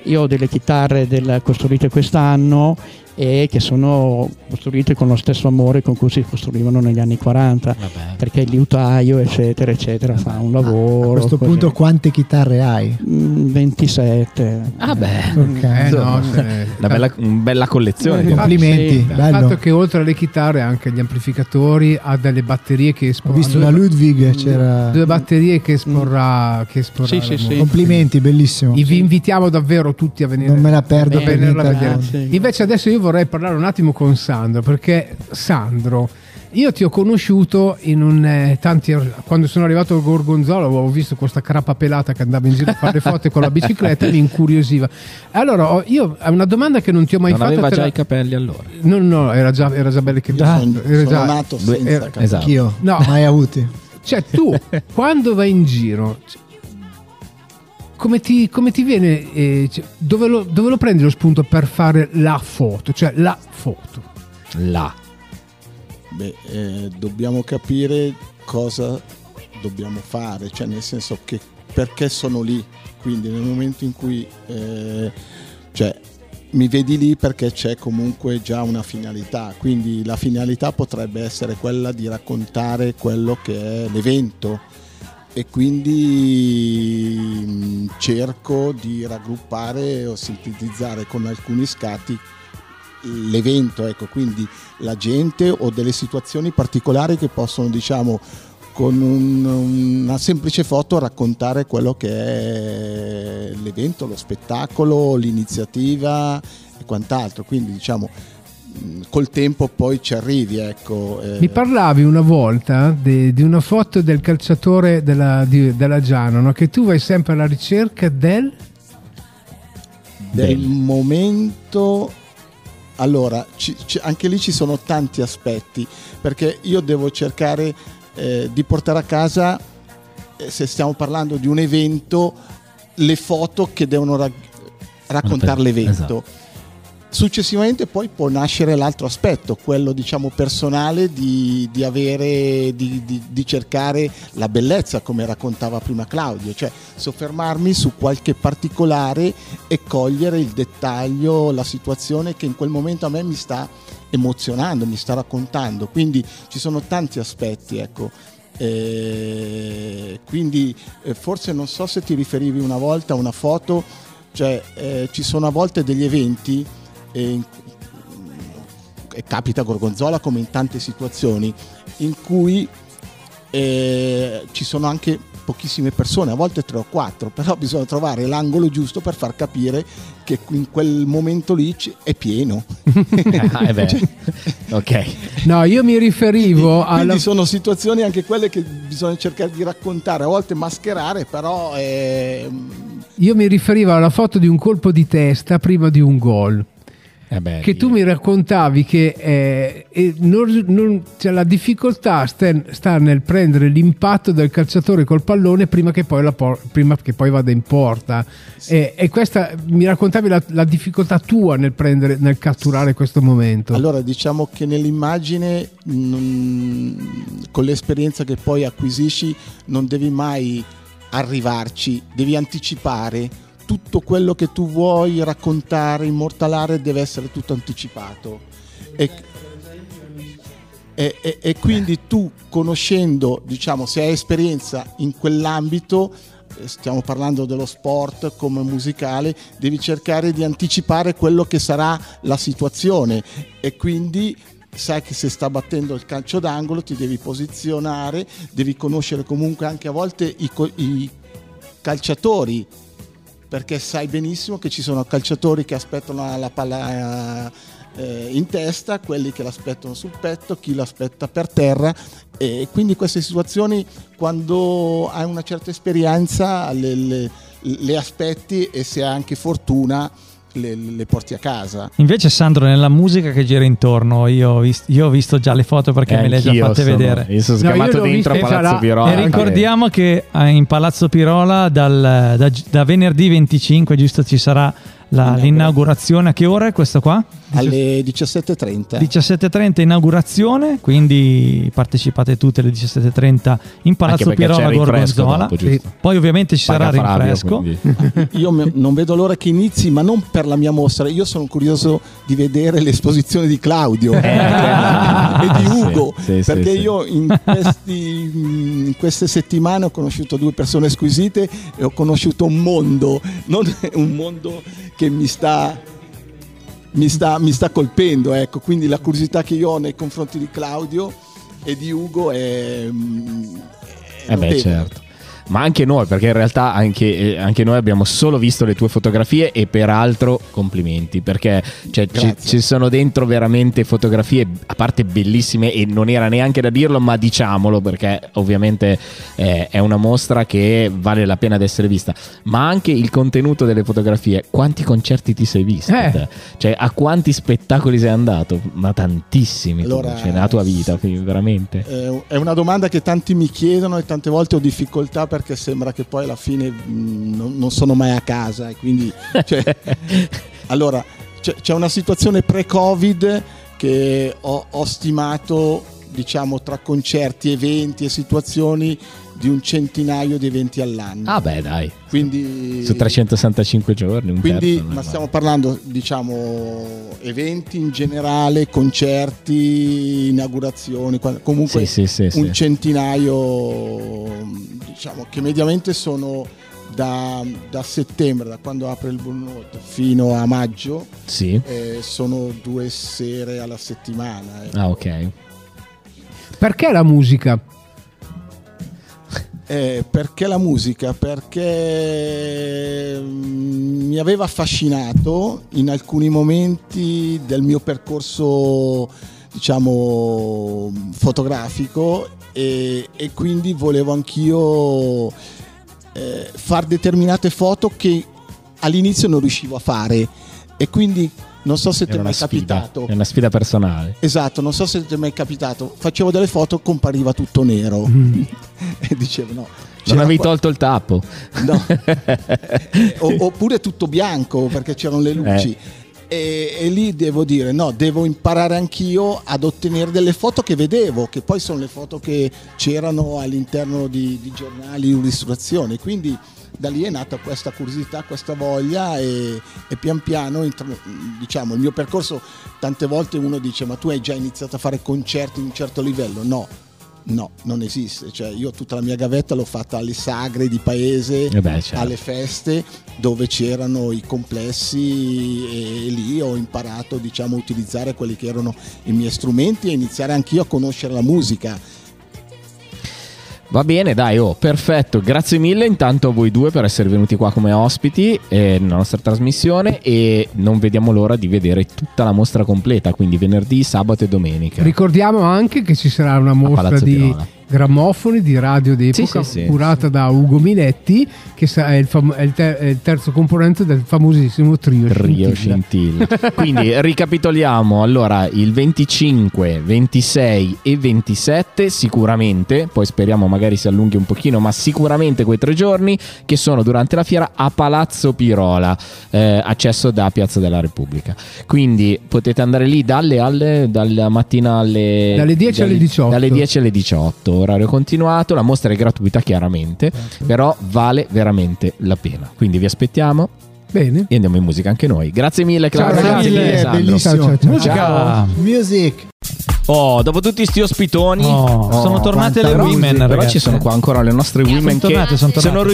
Speaker 10: Io ho delle chitarre del- costruite quest'anno e che sono costruite con lo stesso amore con cui si costruivano negli anni 40, perché il liutaio, eccetera, ettera, fa un lavoro.
Speaker 7: A questo
Speaker 10: così.
Speaker 7: punto quante chitarre hai?
Speaker 10: Mm, 27.
Speaker 5: Ah beh,
Speaker 10: Mm.
Speaker 7: Ok. Eh, no,
Speaker 5: Insomma,
Speaker 1: se-
Speaker 5: una bella, un bella collezione.
Speaker 1: Infatti,
Speaker 5: comunque.
Speaker 1: eh, sì, Il fatto che oltre alle chitarre anche gli amplificatori ha delle batterie che
Speaker 7: Ho
Speaker 1: esporrà.
Speaker 7: visto
Speaker 1: due,
Speaker 7: una Ludwig, c'era...
Speaker 1: due batterie che esporrà. Che esporrà
Speaker 10: Sì, sì,
Speaker 1: la
Speaker 10: sì.
Speaker 1: musica.
Speaker 7: Complimenti, bellissimo.
Speaker 1: Vi invitiamo davvero tutti a venire.
Speaker 7: Non me la perdo
Speaker 1: a
Speaker 7: per
Speaker 1: venirla a
Speaker 7: niente.
Speaker 1: vedere.
Speaker 7: Grazie.
Speaker 1: Invece adesso io vorrei parlare un attimo con Sandro perché Sandro io ti ho conosciuto in un eh, tanti quando sono arrivato al Gorgonzola avevo visto questa crapa pelata che andava in giro a fare le foto con la bicicletta e mi incuriosiva. Allora ho- io è una domanda che non ti ho mai
Speaker 11: non
Speaker 1: fatto
Speaker 11: aveva
Speaker 1: te
Speaker 11: già
Speaker 1: la-
Speaker 11: i capelli allora.
Speaker 1: No, no, era già, era già bello che
Speaker 11: sono-
Speaker 1: era
Speaker 11: sono
Speaker 1: già-
Speaker 11: nato senza
Speaker 1: era-
Speaker 11: capelli. Esatto.
Speaker 7: Anch'io.
Speaker 1: No.
Speaker 7: Mai avuti.
Speaker 1: Cioè, tu quando vai in giro, cioè, come ti, come ti viene, eh, cioè, dove, lo, dove lo prendi lo spunto per fare la foto? Cioè, la foto.
Speaker 5: La.
Speaker 6: Beh, eh, dobbiamo capire cosa dobbiamo fare, cioè nel senso che perché sono lì. Quindi nel momento in cui eh, cioè, mi vedi lì perché c'è comunque già una finalità, quindi la finalità potrebbe essere quella di raccontare quello che è l'evento e quindi mm, cerco di raggruppare o sintetizzare con alcuni scatti l'evento, ecco, quindi la gente o delle situazioni particolari che possono, diciamo, con un- una semplice foto raccontare quello che è l'evento, lo spettacolo, l'iniziativa e quant'altro. Quindi, diciamo, mh, col tempo poi ci arrivi, ecco. eh.
Speaker 1: Mi parlavi una volta de- di una foto del calciatore della, di- della Giano, no? che tu vai sempre alla ricerca del...
Speaker 6: del momento allora ci- ci- anche lì ci sono tanti aspetti perché io devo cercare eh, di portare a casa eh, se stiamo parlando di un evento le foto che devono rag- raccontare l'evento
Speaker 5: Esatto.
Speaker 6: Successivamente poi può nascere l'altro aspetto, quello diciamo personale di, di avere, di, di- di cercare la bellezza, come raccontava prima Claudio, cioè soffermarmi su qualche particolare e cogliere il dettaglio, la situazione che in quel momento a me mi sta emozionando, mi sta raccontando. Quindi ci sono tanti aspetti, ecco. Eh, quindi eh, forse non so se ti riferivi una volta a una foto, cioè eh, ci sono a volte degli eventi e in- e capita a Gorgonzola come in tante situazioni in cui eh, ci sono anche pochissime persone, a volte tre o quattro, però bisogna trovare l'angolo giusto per far capire che in quel momento lì ci- è pieno.
Speaker 5: Ah, eh beh. ok.
Speaker 1: No, io mi riferivo alla...
Speaker 6: Quindi sono situazioni anche quelle che bisogna cercare di raccontare, a volte mascherare, però eh,
Speaker 1: Io mi riferivo alla foto di un colpo di testa prima di un gol.
Speaker 5: Eh
Speaker 1: che tu mi raccontavi che eh, eh, non- non- cioè, la difficoltà sta, sta nel prendere l'impatto del calciatore col pallone prima che poi, la por- prima che poi vada in porta. E, e questa mi raccontavi la, la difficoltà tua nel, prendere, nel catturare questo momento.
Speaker 6: Allora, diciamo che nell'immagine, non- con l'esperienza che poi acquisisci, non devi mai arrivarci, devi anticipare. Tutto quello che tu vuoi raccontare, immortalare, deve essere tutto anticipato. E, e- e- e quindi tu, conoscendo, diciamo, se hai esperienza in quell'ambito, eh, stiamo parlando dello sport come musicale, devi cercare di anticipare quello che sarà la situazione e quindi sai che se sta battendo il calcio d'angolo ti devi posizionare, devi conoscere comunque anche a volte i, co- i calciatori perché sai benissimo che ci sono calciatori che aspettano la palla eh, in testa, quelli che l'aspettano sul petto, chi l'aspetta per terra e quindi queste situazioni quando hai una certa esperienza le, le- le aspetti e se hai anche fortuna le- le porti a casa.
Speaker 4: Invece Sandro, nella musica che gira intorno, io ho vist- io ho visto, già le foto perché
Speaker 5: Eh,
Speaker 4: me le hai già
Speaker 5: anch'io
Speaker 4: fatte
Speaker 5: sono-
Speaker 4: vedere.
Speaker 5: io sono No, io sgamato le ho dentro a viste Palazzo già là. Pirola.
Speaker 4: E ricordiamo che eh, in Palazzo Pirola dal- da, da venerdì 25, giusto, ci sarà la- l'inaugurazione. A che ora è questo qua?
Speaker 6: Alle 17.30.
Speaker 4: 17.30 inaugurazione, quindi partecipate tutte alle 17.30 in Palazzo
Speaker 6: Anche perché
Speaker 4: Pirola
Speaker 6: c'è il rinfresco
Speaker 4: Gorgonzola.
Speaker 6: dopo, giusto?
Speaker 4: Sì. Poi ovviamente ci
Speaker 6: Paga
Speaker 4: sarà il
Speaker 6: Flavio,
Speaker 4: rinfresco.
Speaker 6: quindi. Io me- non vedo l'ora che inizi, ma non per la mia mostra. Io sono curioso di vedere l'esposizione di Claudio e di Ugo,
Speaker 5: Eh, sì, sì,
Speaker 6: perché
Speaker 5: sì.
Speaker 6: io in, questi- in queste settimane ho conosciuto due persone squisite e ho conosciuto un mondo, non un mondo che mi sta mi sta, mi sta colpendo, ecco. Quindi la curiosità che io ho nei confronti di Claudio e di Ugo è. mm, è
Speaker 5: Eh beh,
Speaker 6: notevole.
Speaker 5: certo. Ma anche noi, perché in realtà anche, eh, anche noi abbiamo solo visto le tue fotografie e peraltro complimenti, perché cioè, ci, ci sono dentro veramente fotografie, a parte bellissime e non era neanche da dirlo, ma diciamolo perché ovviamente eh, è una mostra che vale la pena di essere vista, ma anche il contenuto delle fotografie, quanti concerti ti sei visto?
Speaker 6: Eh.
Speaker 5: te? Cioè a quanti spettacoli sei andato? Ma tantissimi, tu,
Speaker 6: Allora,
Speaker 5: cioè, nella tua vita, quindi, veramente.
Speaker 6: Eh, È una domanda che tanti mi chiedono e tante volte ho difficoltà perché sembra che poi alla fine mh, non, non sono mai a casa. E quindi, cioè, allora, c'è, c'è una situazione pre-Covid che ho, ho stimato, diciamo, tra concerti, eventi e situazioni di un centinaio di eventi all'anno.
Speaker 5: Ah beh dai,
Speaker 6: Quindi,
Speaker 5: su 365 giorni, un
Speaker 6: quindi,
Speaker 5: terzo, non è
Speaker 6: ma
Speaker 5: male.
Speaker 6: stiamo parlando, diciamo, eventi in generale, concerti, inaugurazioni, qua- comunque
Speaker 5: Sì, sì, sì,
Speaker 6: un
Speaker 5: sì.
Speaker 6: centinaio, diciamo, che mediamente sono da, da settembre, da quando apre il burnout, fino a maggio,
Speaker 5: Sì.
Speaker 6: eh, sono due sere alla settimana. eh.
Speaker 5: Ah, ok.
Speaker 1: Perché la musica?
Speaker 6: Eh, perché la musica? Perché mm, mi aveva affascinato in alcuni momenti del mio percorso, diciamo, fotografico e, e quindi volevo anch'io eh, far determinate foto che all'inizio non riuscivo a fare e quindi non so se ti è
Speaker 5: Era una
Speaker 6: mai
Speaker 5: sfida,
Speaker 6: capitato.
Speaker 5: è una sfida personale.
Speaker 6: Esatto, non so se ti è mai capitato, facevo delle foto, compariva tutto nero e dicevo no.
Speaker 5: Mm. non
Speaker 6: c'era
Speaker 5: avevi
Speaker 6: qua-
Speaker 5: tolto il tappo.
Speaker 6: No. O- oppure tutto bianco perché c'erano le luci. E, e lì devo dire, no, devo imparare anch'io ad ottenere delle foto che vedevo, che poi sono le foto che c'erano all'interno di, di giornali o ristorazioni. Quindi da lì è nata questa curiosità, questa voglia e, e pian piano, intra- diciamo, il mio percorso, tante volte uno dice, ma tu hai già iniziato a fare concerti di un certo livello? No, No, non esiste. Cioè, io tutta la mia gavetta l'ho fatta alle sagre di paese,
Speaker 5: Eh beh, certo.
Speaker 6: alle feste dove c'erano i complessi e, lì ho imparato diciamo, a utilizzare quelli che erano i miei strumenti e iniziare anch'io a conoscere la musica.
Speaker 5: Va bene, dai, oh, perfetto. Grazie mille intanto a voi due per essere venuti qua come ospiti eh, nella nostra trasmissione e non vediamo l'ora di vedere tutta la mostra completa, quindi venerdì, sabato e domenica.
Speaker 1: Ricordiamo anche che ci sarà una mostra
Speaker 5: Palazzo
Speaker 1: di
Speaker 5: Pirola.
Speaker 1: grammofoni di radio d'epoca
Speaker 5: sì, sì,
Speaker 1: curata da Ugo Minetti, che sa- è il, fam- è il ter- è il terzo componente del famosissimo trio.
Speaker 5: Rio
Speaker 1: Scintilla.
Speaker 5: Scintilla. Quindi ricapitoliamo, allora il 25, 26 e 27 sicuramente, poi speriamo magari si allunghi un pochino, ma sicuramente quei tre giorni che sono durante la fiera a Palazzo Pirola, eh, accesso da Piazza della Repubblica. Quindi potete andare lì dalle, alle- dalla mattina alle...
Speaker 1: Dalle 10 alle 18.
Speaker 5: Dalle 10 alle 18, orario continuato, la mostra è gratuita chiaramente,
Speaker 7: Certo.
Speaker 5: però vale veramente la pena. Quindi vi aspettiamo.
Speaker 1: Bene.
Speaker 5: E andiamo in musica anche noi. Grazie mille, Claudio.
Speaker 7: Ciao,
Speaker 5: Grazie
Speaker 7: grazie
Speaker 5: mille,
Speaker 7: mille,
Speaker 5: Sandro.
Speaker 7: bellissimo. Ciao, ciao, ciao.
Speaker 5: Ciao.
Speaker 7: Music.
Speaker 5: Oh, dopo tutti sti ospitoni,
Speaker 4: Oh, sono tornate
Speaker 5: quanta
Speaker 4: le
Speaker 5: roba.
Speaker 4: women,
Speaker 5: Però
Speaker 4: ragazzi.
Speaker 5: ci sono qua ancora le nostre
Speaker 4: Sono
Speaker 5: women
Speaker 4: tornate,
Speaker 5: che
Speaker 4: sono tornate.
Speaker 5: sono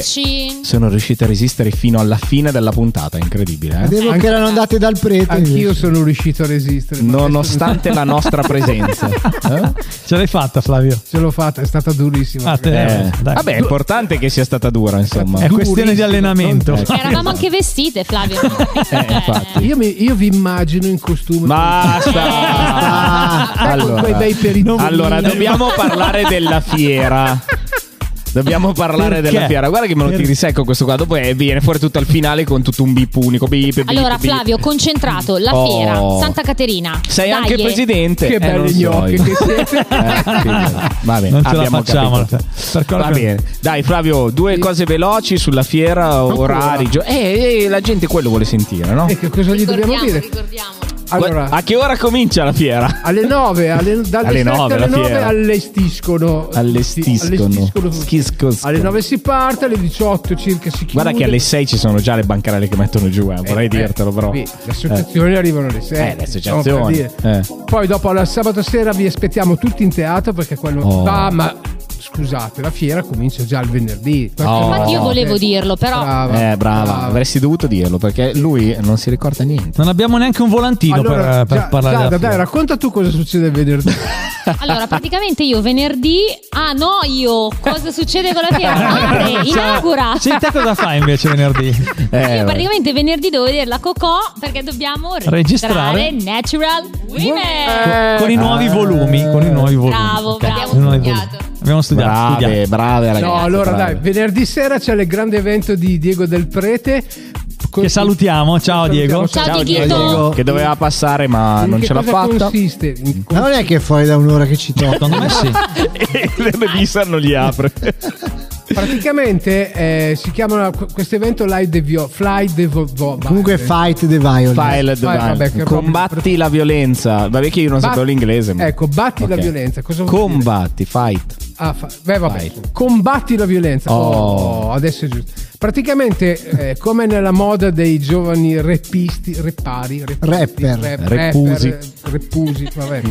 Speaker 5: riuscite. Sono riuscite a resistere fino alla fine della puntata, incredibile. eh?
Speaker 7: Vedevo che erano andate dal prete.
Speaker 1: Anch'io sono riuscito a resistere. ma
Speaker 5: Nonostante
Speaker 1: adesso-
Speaker 5: la nostra presenza, eh?
Speaker 4: Ce l'hai fatta, Flavio?
Speaker 1: Ce l'ho fatta, è stata durissima.
Speaker 4: Ah, te-
Speaker 1: ragazzi.
Speaker 5: Eh,
Speaker 4: dai.
Speaker 5: vabbè, è importante che sia stata dura, insomma.
Speaker 4: È questione di allenamento.
Speaker 5: Eh,
Speaker 8: Eravamo anche vestite, Flavio.
Speaker 5: eh, infatti.
Speaker 1: Io, mi- io vi immagino in costume. Sai,
Speaker 5: Basta!
Speaker 1: Ah, con quei bei peritonini.
Speaker 5: allora, dobbiamo parlare della fiera. Dobbiamo parlare
Speaker 4: Perché?
Speaker 5: della fiera. Guarda che me lo
Speaker 4: Perché?
Speaker 5: tiri secco questo qua. Dopo eh, viene fuori tutto al finale con tutto un bip unico. Bip, bip,
Speaker 8: Allora,
Speaker 5: bip.
Speaker 8: Flavio, concentrato, la
Speaker 5: Oh.
Speaker 8: fiera, Santa Caterina.
Speaker 5: Sei
Speaker 8: Dai,
Speaker 5: anche
Speaker 8: eh.
Speaker 5: presidente.
Speaker 1: Che
Speaker 5: Eh,
Speaker 1: belli
Speaker 5: non so
Speaker 1: gnocchi
Speaker 5: io.
Speaker 1: che siete.
Speaker 5: Eh, quindi, va bene,
Speaker 4: Non ce la
Speaker 5: abbiamo
Speaker 4: facciamo,
Speaker 5: capito.
Speaker 4: la fiera. Per quello
Speaker 5: Va
Speaker 4: che-
Speaker 5: bene. Dai, Flavio, due cose veloci sulla fiera, orari. gio- eh, eh, la gente quello vuole sentire, no?
Speaker 1: E che cosa gli dobbiamo dire? Allora,
Speaker 5: A che ora comincia la fiera?
Speaker 1: alle 9, alle, dalle
Speaker 5: Alle
Speaker 1: 7
Speaker 5: nove,
Speaker 1: alle
Speaker 5: la
Speaker 1: 9
Speaker 5: fiera.
Speaker 1: allestiscono.
Speaker 5: Allestiscono.
Speaker 1: allestiscono tutti.
Speaker 5: Schisco-
Speaker 1: Alle 9 si parte, alle 18 circa si chiude.
Speaker 5: Guarda che alle 6 ci sono già le bancarelle che mettono giù, eh, vorrei
Speaker 1: eh,
Speaker 5: dirtelo, però.
Speaker 1: sì, le associazioni arrivano alle 6.
Speaker 5: Eh, le associazioni, eh.
Speaker 1: Poi dopo alla sabato sera vi aspettiamo tutti in teatro perché quello
Speaker 5: Oh.
Speaker 1: va, ma scusate, la fiera comincia già il venerdì.
Speaker 5: Oh.
Speaker 8: Infatti io volevo dirlo, però
Speaker 5: Eh, brava, avresti dovuto dirlo perché lui non si ricorda niente.
Speaker 4: Non abbiamo neanche un volantino per, per
Speaker 1: già-
Speaker 4: parlare
Speaker 1: Giada,
Speaker 4: della
Speaker 1: dai,
Speaker 4: fiera.
Speaker 1: racconta tu cosa succede il venerdì.
Speaker 8: allora praticamente io venerdì ah no io cosa succede con la fiera? Ah, Apre, inaugura.
Speaker 4: Cioè, Sì, te cosa fai invece venerdì?
Speaker 8: Io praticamente venerdì devo vedere la Cocò perché dobbiamo
Speaker 4: Registrare.
Speaker 8: registrare Natural Women.
Speaker 4: Con- con i nuovi
Speaker 5: Ah.
Speaker 4: volumi, con i nuovi volumi.
Speaker 8: Bravo,
Speaker 4: Ok,
Speaker 8: bravo.
Speaker 4: con i nuovi
Speaker 8: Abbiamo
Speaker 4: volumi. Abbiamo studiato,
Speaker 5: brave,
Speaker 4: studiato.
Speaker 5: brave ragazzi.
Speaker 1: no, allora
Speaker 5: brave.
Speaker 1: dai, venerdì sera c'è il grande evento di Diego del Prete. Con-
Speaker 4: Che salutiamo, ciao Diego.
Speaker 8: Ciao, Dighito.
Speaker 5: Che doveva passare ma
Speaker 1: In
Speaker 5: non
Speaker 1: che
Speaker 5: ce l'ha
Speaker 1: cosa
Speaker 5: fatta.
Speaker 1: consiste? In-
Speaker 7: Ma non è che fuori da un'ora che ci tocca.
Speaker 4: Secondo me sì.
Speaker 5: E le Nissan non li apre.
Speaker 1: Praticamente eh, si chiama qu- questo evento Live the Vio- Fly the Vo- Vo-
Speaker 7: Comunque
Speaker 1: Vabbè.
Speaker 7: fight the violence.
Speaker 5: File
Speaker 1: Fai, vabbè, che
Speaker 5: Combatti la violenza. Vabbè che io non
Speaker 1: Bat-
Speaker 5: sapevo l'inglese. ma-
Speaker 1: Ecco, batti la
Speaker 5: Ok.
Speaker 1: violenza. Cosa vuol dire?
Speaker 5: Combatti, fight.
Speaker 1: Ah, fa- beh, vabbè.
Speaker 5: Vai.
Speaker 1: Combatti la violenza.
Speaker 5: Oh.
Speaker 1: Oh, adesso è giusto. Praticamente, eh, come nella moda dei giovani rappisti, reppari,
Speaker 7: Rapper.
Speaker 5: Reppusi.
Speaker 1: reppusi, eh, vabbè.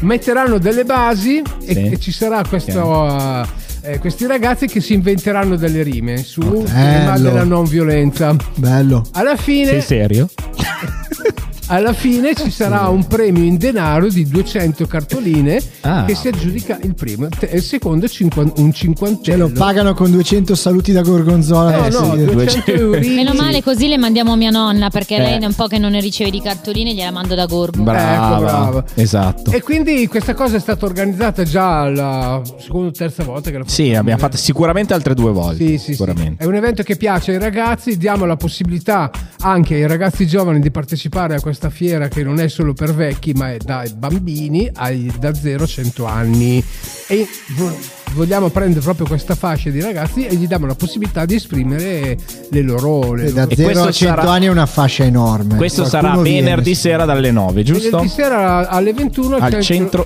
Speaker 1: Metteranno delle basi e,
Speaker 5: Mm. Sì.
Speaker 1: e ci sarà questo. eh, questi ragazzi che si inventeranno delle rime sul tema
Speaker 7: Bello.
Speaker 1: della non violenza.
Speaker 7: Bello.
Speaker 1: Alla
Speaker 5: Sei
Speaker 1: fine,
Speaker 5: serio?
Speaker 1: alla fine ci sarà un premio in denaro di 200 cartoline
Speaker 5: Ah.
Speaker 1: che si aggiudica il primo te- e il secondo cinquan- un
Speaker 7: Ce Cioè, lo
Speaker 1: cinquantello.
Speaker 7: pagano con 200 saluti da Gorgonzola. Eh,
Speaker 1: No,
Speaker 7: per
Speaker 1: no,
Speaker 7: seguire.
Speaker 1: 200 eurini.
Speaker 8: Meno male così le mandiamo a mia nonna perché
Speaker 5: Eh.
Speaker 8: lei è un po' che non ne riceve di cartoline, gliela mando da Gorgo.
Speaker 5: Brava.
Speaker 1: Ecco, brava.
Speaker 5: Esatto.
Speaker 1: E quindi questa cosa è stata organizzata già la seconda o terza volta che la
Speaker 5: Sì, abbiamo fatto sicuramente altre due volte.
Speaker 1: Sì, sì, sì.
Speaker 5: sicuramente.
Speaker 1: È un evento che piace ai ragazzi, diamo la possibilità anche ai ragazzi giovani di partecipare a questa fiera che non è solo per vecchi, ma è dai bambini ai da 0 a 100 anni. E vo- vogliamo prendere proprio questa fascia di ragazzi e gli diamo la possibilità di esprimere le loro... Le
Speaker 7: E da
Speaker 1: loro-
Speaker 7: 0
Speaker 5: questo
Speaker 7: a 100
Speaker 5: sarà-
Speaker 7: anni è una fascia enorme.
Speaker 5: Questo
Speaker 7: Qualcuno
Speaker 5: sarà
Speaker 7: viene,
Speaker 5: venerdì
Speaker 7: sì.
Speaker 5: sera dalle 9, giusto?
Speaker 1: Venerdì sera alle 21
Speaker 5: al centro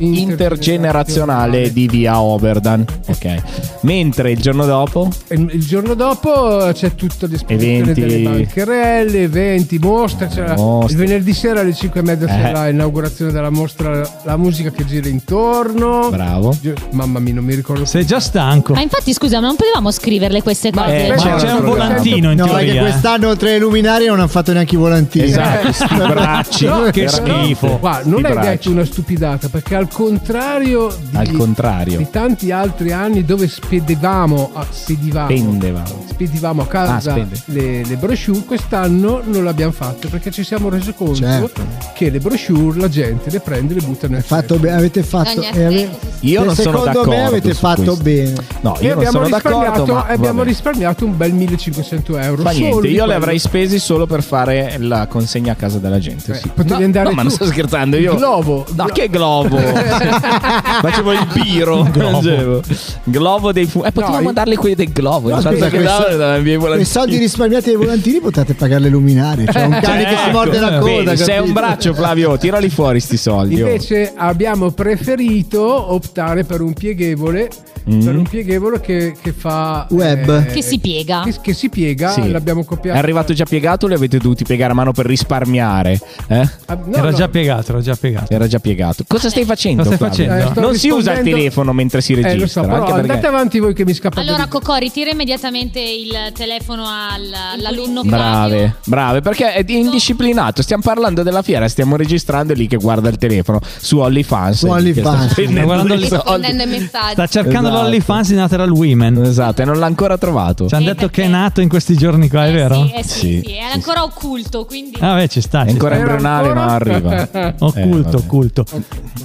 Speaker 5: intergenerazionale di via Oberdan. Ok. Mentre il giorno dopo
Speaker 1: E Il il giorno dopo eh, c'è tutta l'esposizione
Speaker 5: Eventi.
Speaker 1: delle bancherelle, eventi, mostre. C'è la-
Speaker 5: Mostre.
Speaker 1: Il venerdì sera alle 5 e mezza
Speaker 5: Eh.
Speaker 1: c'è la- l'inaugurazione della mostra, la musica che gira intorno.
Speaker 5: Bravo.
Speaker 1: Gi- Mamma mia, non mi ricordo.
Speaker 4: Sei già stanco.
Speaker 8: Ma infatti scusa, ma non potevamo scriverle queste
Speaker 1: Ma-
Speaker 8: cose?
Speaker 1: eh,
Speaker 4: Ma
Speaker 1: c'era
Speaker 4: c'è
Speaker 1: un
Speaker 4: un
Speaker 1: programma.
Speaker 4: volantino in
Speaker 7: No, perché
Speaker 4: teoria. eh.
Speaker 7: quest'anno oltre ai luminari non hanno fatto neanche i volantini.
Speaker 5: Esatto, sti bracci.
Speaker 4: Però che
Speaker 5: Era-
Speaker 4: schifo.
Speaker 1: Guarda,
Speaker 5: Sti
Speaker 1: non hai
Speaker 5: bracci.
Speaker 1: detto una stupidata perché al contrario di,
Speaker 5: Al contrario.
Speaker 1: di tanti altri anni dove spedevamo a, spedivamo,
Speaker 5: Spendevamo.
Speaker 1: spedivamo a casa
Speaker 5: Ah, spende.
Speaker 1: le, le brochure, quest'anno non l'abbiamo fatto perché ci siamo resi conto
Speaker 7: Certo.
Speaker 1: che le brochure la gente le prende e le butta nel
Speaker 7: Hai fatto bene, avete fatto.
Speaker 8: Ogni
Speaker 7: e ave-
Speaker 5: Io non sono
Speaker 7: secondo
Speaker 5: d'accordo
Speaker 7: me avete
Speaker 5: su
Speaker 7: fatto
Speaker 5: questo.
Speaker 7: bene.
Speaker 5: No,
Speaker 1: E
Speaker 5: io non
Speaker 1: abbiamo,
Speaker 5: sono
Speaker 1: risparmiato,
Speaker 5: d'accordo, ma
Speaker 1: e abbiamo
Speaker 5: vabbè.
Speaker 1: risparmiato un bel 1500 euro.
Speaker 5: Fa
Speaker 1: solo
Speaker 5: niente,
Speaker 1: di
Speaker 5: io li
Speaker 1: quello.
Speaker 5: avrei spesi solo per fare la consegna a casa della gente.
Speaker 1: Eh,
Speaker 5: sì.
Speaker 1: potevi
Speaker 5: No,
Speaker 1: andare
Speaker 5: no, ma non
Speaker 1: tu.
Speaker 5: sto scherzando. Io...
Speaker 1: Glovo.
Speaker 5: No,
Speaker 1: Glo-
Speaker 5: che globo? Facevo il biro. Globo, globo dei fu. Eh, potevamo
Speaker 1: io-
Speaker 5: mandarli quelli del globo.
Speaker 7: No,
Speaker 5: intanto
Speaker 7: aspetta,
Speaker 5: che
Speaker 7: quei
Speaker 5: davano,
Speaker 7: soldi-
Speaker 5: davano i miei volanti.
Speaker 7: Quei soldi risparmiati dai volantieri potete pagare le luminari. Cioè un cane che si
Speaker 5: Ecco.
Speaker 7: morde la
Speaker 5: Vedi,
Speaker 7: coda.
Speaker 5: sei
Speaker 7: capito?
Speaker 5: un braccio, Flavio. Tirali fuori sti soldi. oh.
Speaker 1: Invece abbiamo preferito optare per un pieghevole per un pieghevole che, che fa eh,
Speaker 7: Web.
Speaker 8: Che si piega.
Speaker 1: che, che si piega
Speaker 5: Sì.
Speaker 1: l'abbiamo copiato
Speaker 5: È arrivato già piegato, li avete dovuti piegare a mano per risparmiare. eh?
Speaker 1: Ah,
Speaker 4: era già piegato, era già piegato.
Speaker 5: Era già piegato. Cosa stai facendo?
Speaker 4: Cosa stai
Speaker 5: Flavio?
Speaker 4: facendo? Eh, sto
Speaker 5: non si usa il
Speaker 4: rispondendo-
Speaker 5: telefono mentre si
Speaker 1: Eh,
Speaker 5: registra.
Speaker 1: lo so, però
Speaker 5: anche perché-
Speaker 1: andate avanti voi che mi scappa
Speaker 8: Allora, Cocò, ritira immediatamente il telefono al- all'alunno
Speaker 5: Brave, brave, perché è indisciplinato. Stiamo parlando della fiera, stiamo registrando è lì che guarda il telefono su OnlyFans.
Speaker 7: Su
Speaker 5: è lì che sta
Speaker 7: OnlyFans.
Speaker 5: spendendo
Speaker 4: Guardando
Speaker 5: dei
Speaker 4: lì-
Speaker 5: soldi.
Speaker 11: rispondendo ai messaggi.
Speaker 4: Sta cercando
Speaker 5: Esatto.
Speaker 4: l'OnlyFans in Natural Women.
Speaker 5: Esatto, e non l'ha ancora trovato.
Speaker 4: Ci hanno detto che è nato in questi giorni qua, è vero?
Speaker 8: Sì, eh sì,
Speaker 5: Sì.
Speaker 8: sì, era ancora occulto, quindi
Speaker 4: Ah, beh, ci sta.
Speaker 5: È
Speaker 4: ci
Speaker 5: ancora
Speaker 4: sta.
Speaker 5: embrionale, ma arriva. Eh,
Speaker 4: Occulto, occulto.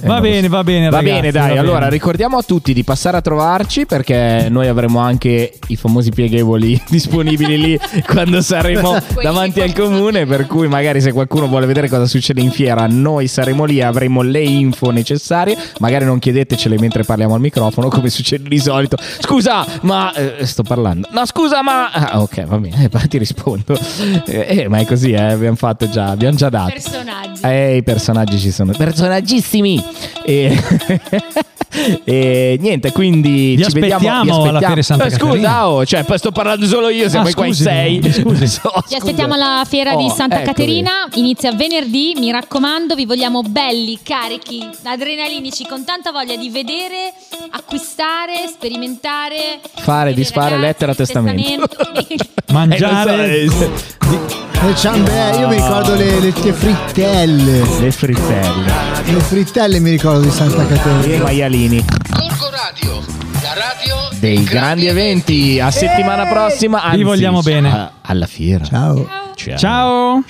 Speaker 4: Va bene, va bene,
Speaker 5: Va
Speaker 4: ragazzi,
Speaker 5: bene, dai.
Speaker 4: va
Speaker 5: allora
Speaker 4: bene.
Speaker 5: ricordiamo a tutti di passare a trovarci perché noi avremo anche i famosi pieghevoli disponibili lì quando saremo davanti al comune. Per cui, magari, se qualcuno vuole vedere cosa succede in fiera, noi saremo lì, avremo le info necessarie. Magari non chiedetecele mentre parliamo al microfono, come succede di solito. Scusa, ma eh, sto parlando. No, scusa, ma ah, ok, va bene, eh, ti rispondo. Eh, eh, ma è così, eh, abbiamo fatto già, abbiamo già dato.
Speaker 8: personaggi.
Speaker 5: Eh, i personaggi ci sono. Personaggissimi! E... e niente, quindi
Speaker 4: Vi
Speaker 5: ci vediamo.
Speaker 4: aspettiamo alla Fiera di Santa
Speaker 5: Eh, scusa,
Speaker 4: Caterina.
Speaker 5: oh, cioè, poi sto parlando solo io, siamo
Speaker 4: Ah,
Speaker 5: qua in
Speaker 4: scusi,
Speaker 5: sei.
Speaker 4: scusi.
Speaker 5: So,
Speaker 8: Ci aspettiamo
Speaker 5: Ah, scusa.
Speaker 8: alla fiera di
Speaker 5: Oh,
Speaker 8: Santa
Speaker 5: eccomi.
Speaker 8: Caterina, inizia venerdì, mi raccomando, vi vogliamo belli, carichi, adrenalinici, con tanta voglia di vedere, acquistare, sperimentare,
Speaker 5: Fare, disfare, lettera, eh, testamento.
Speaker 4: Mangiare
Speaker 5: Eh, lo so, eh,
Speaker 7: Le ciambelle, eh, io mi ricordo le, le- le frittelle.
Speaker 5: Le frittelle.
Speaker 7: Le frittelle mi ricordo di Santa
Speaker 5: E i
Speaker 7: Caterina.
Speaker 5: maialini.
Speaker 12: Corco Radio, la radio
Speaker 5: Dei grandi eventi. A settimana prossima. Anzi,
Speaker 4: Vi vogliamo bene.
Speaker 5: a- alla fiera.
Speaker 7: Ciao.
Speaker 5: Ciao.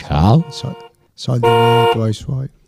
Speaker 4: Ciao.
Speaker 5: Ciao.
Speaker 7: Soldi miei, tuoi suoi.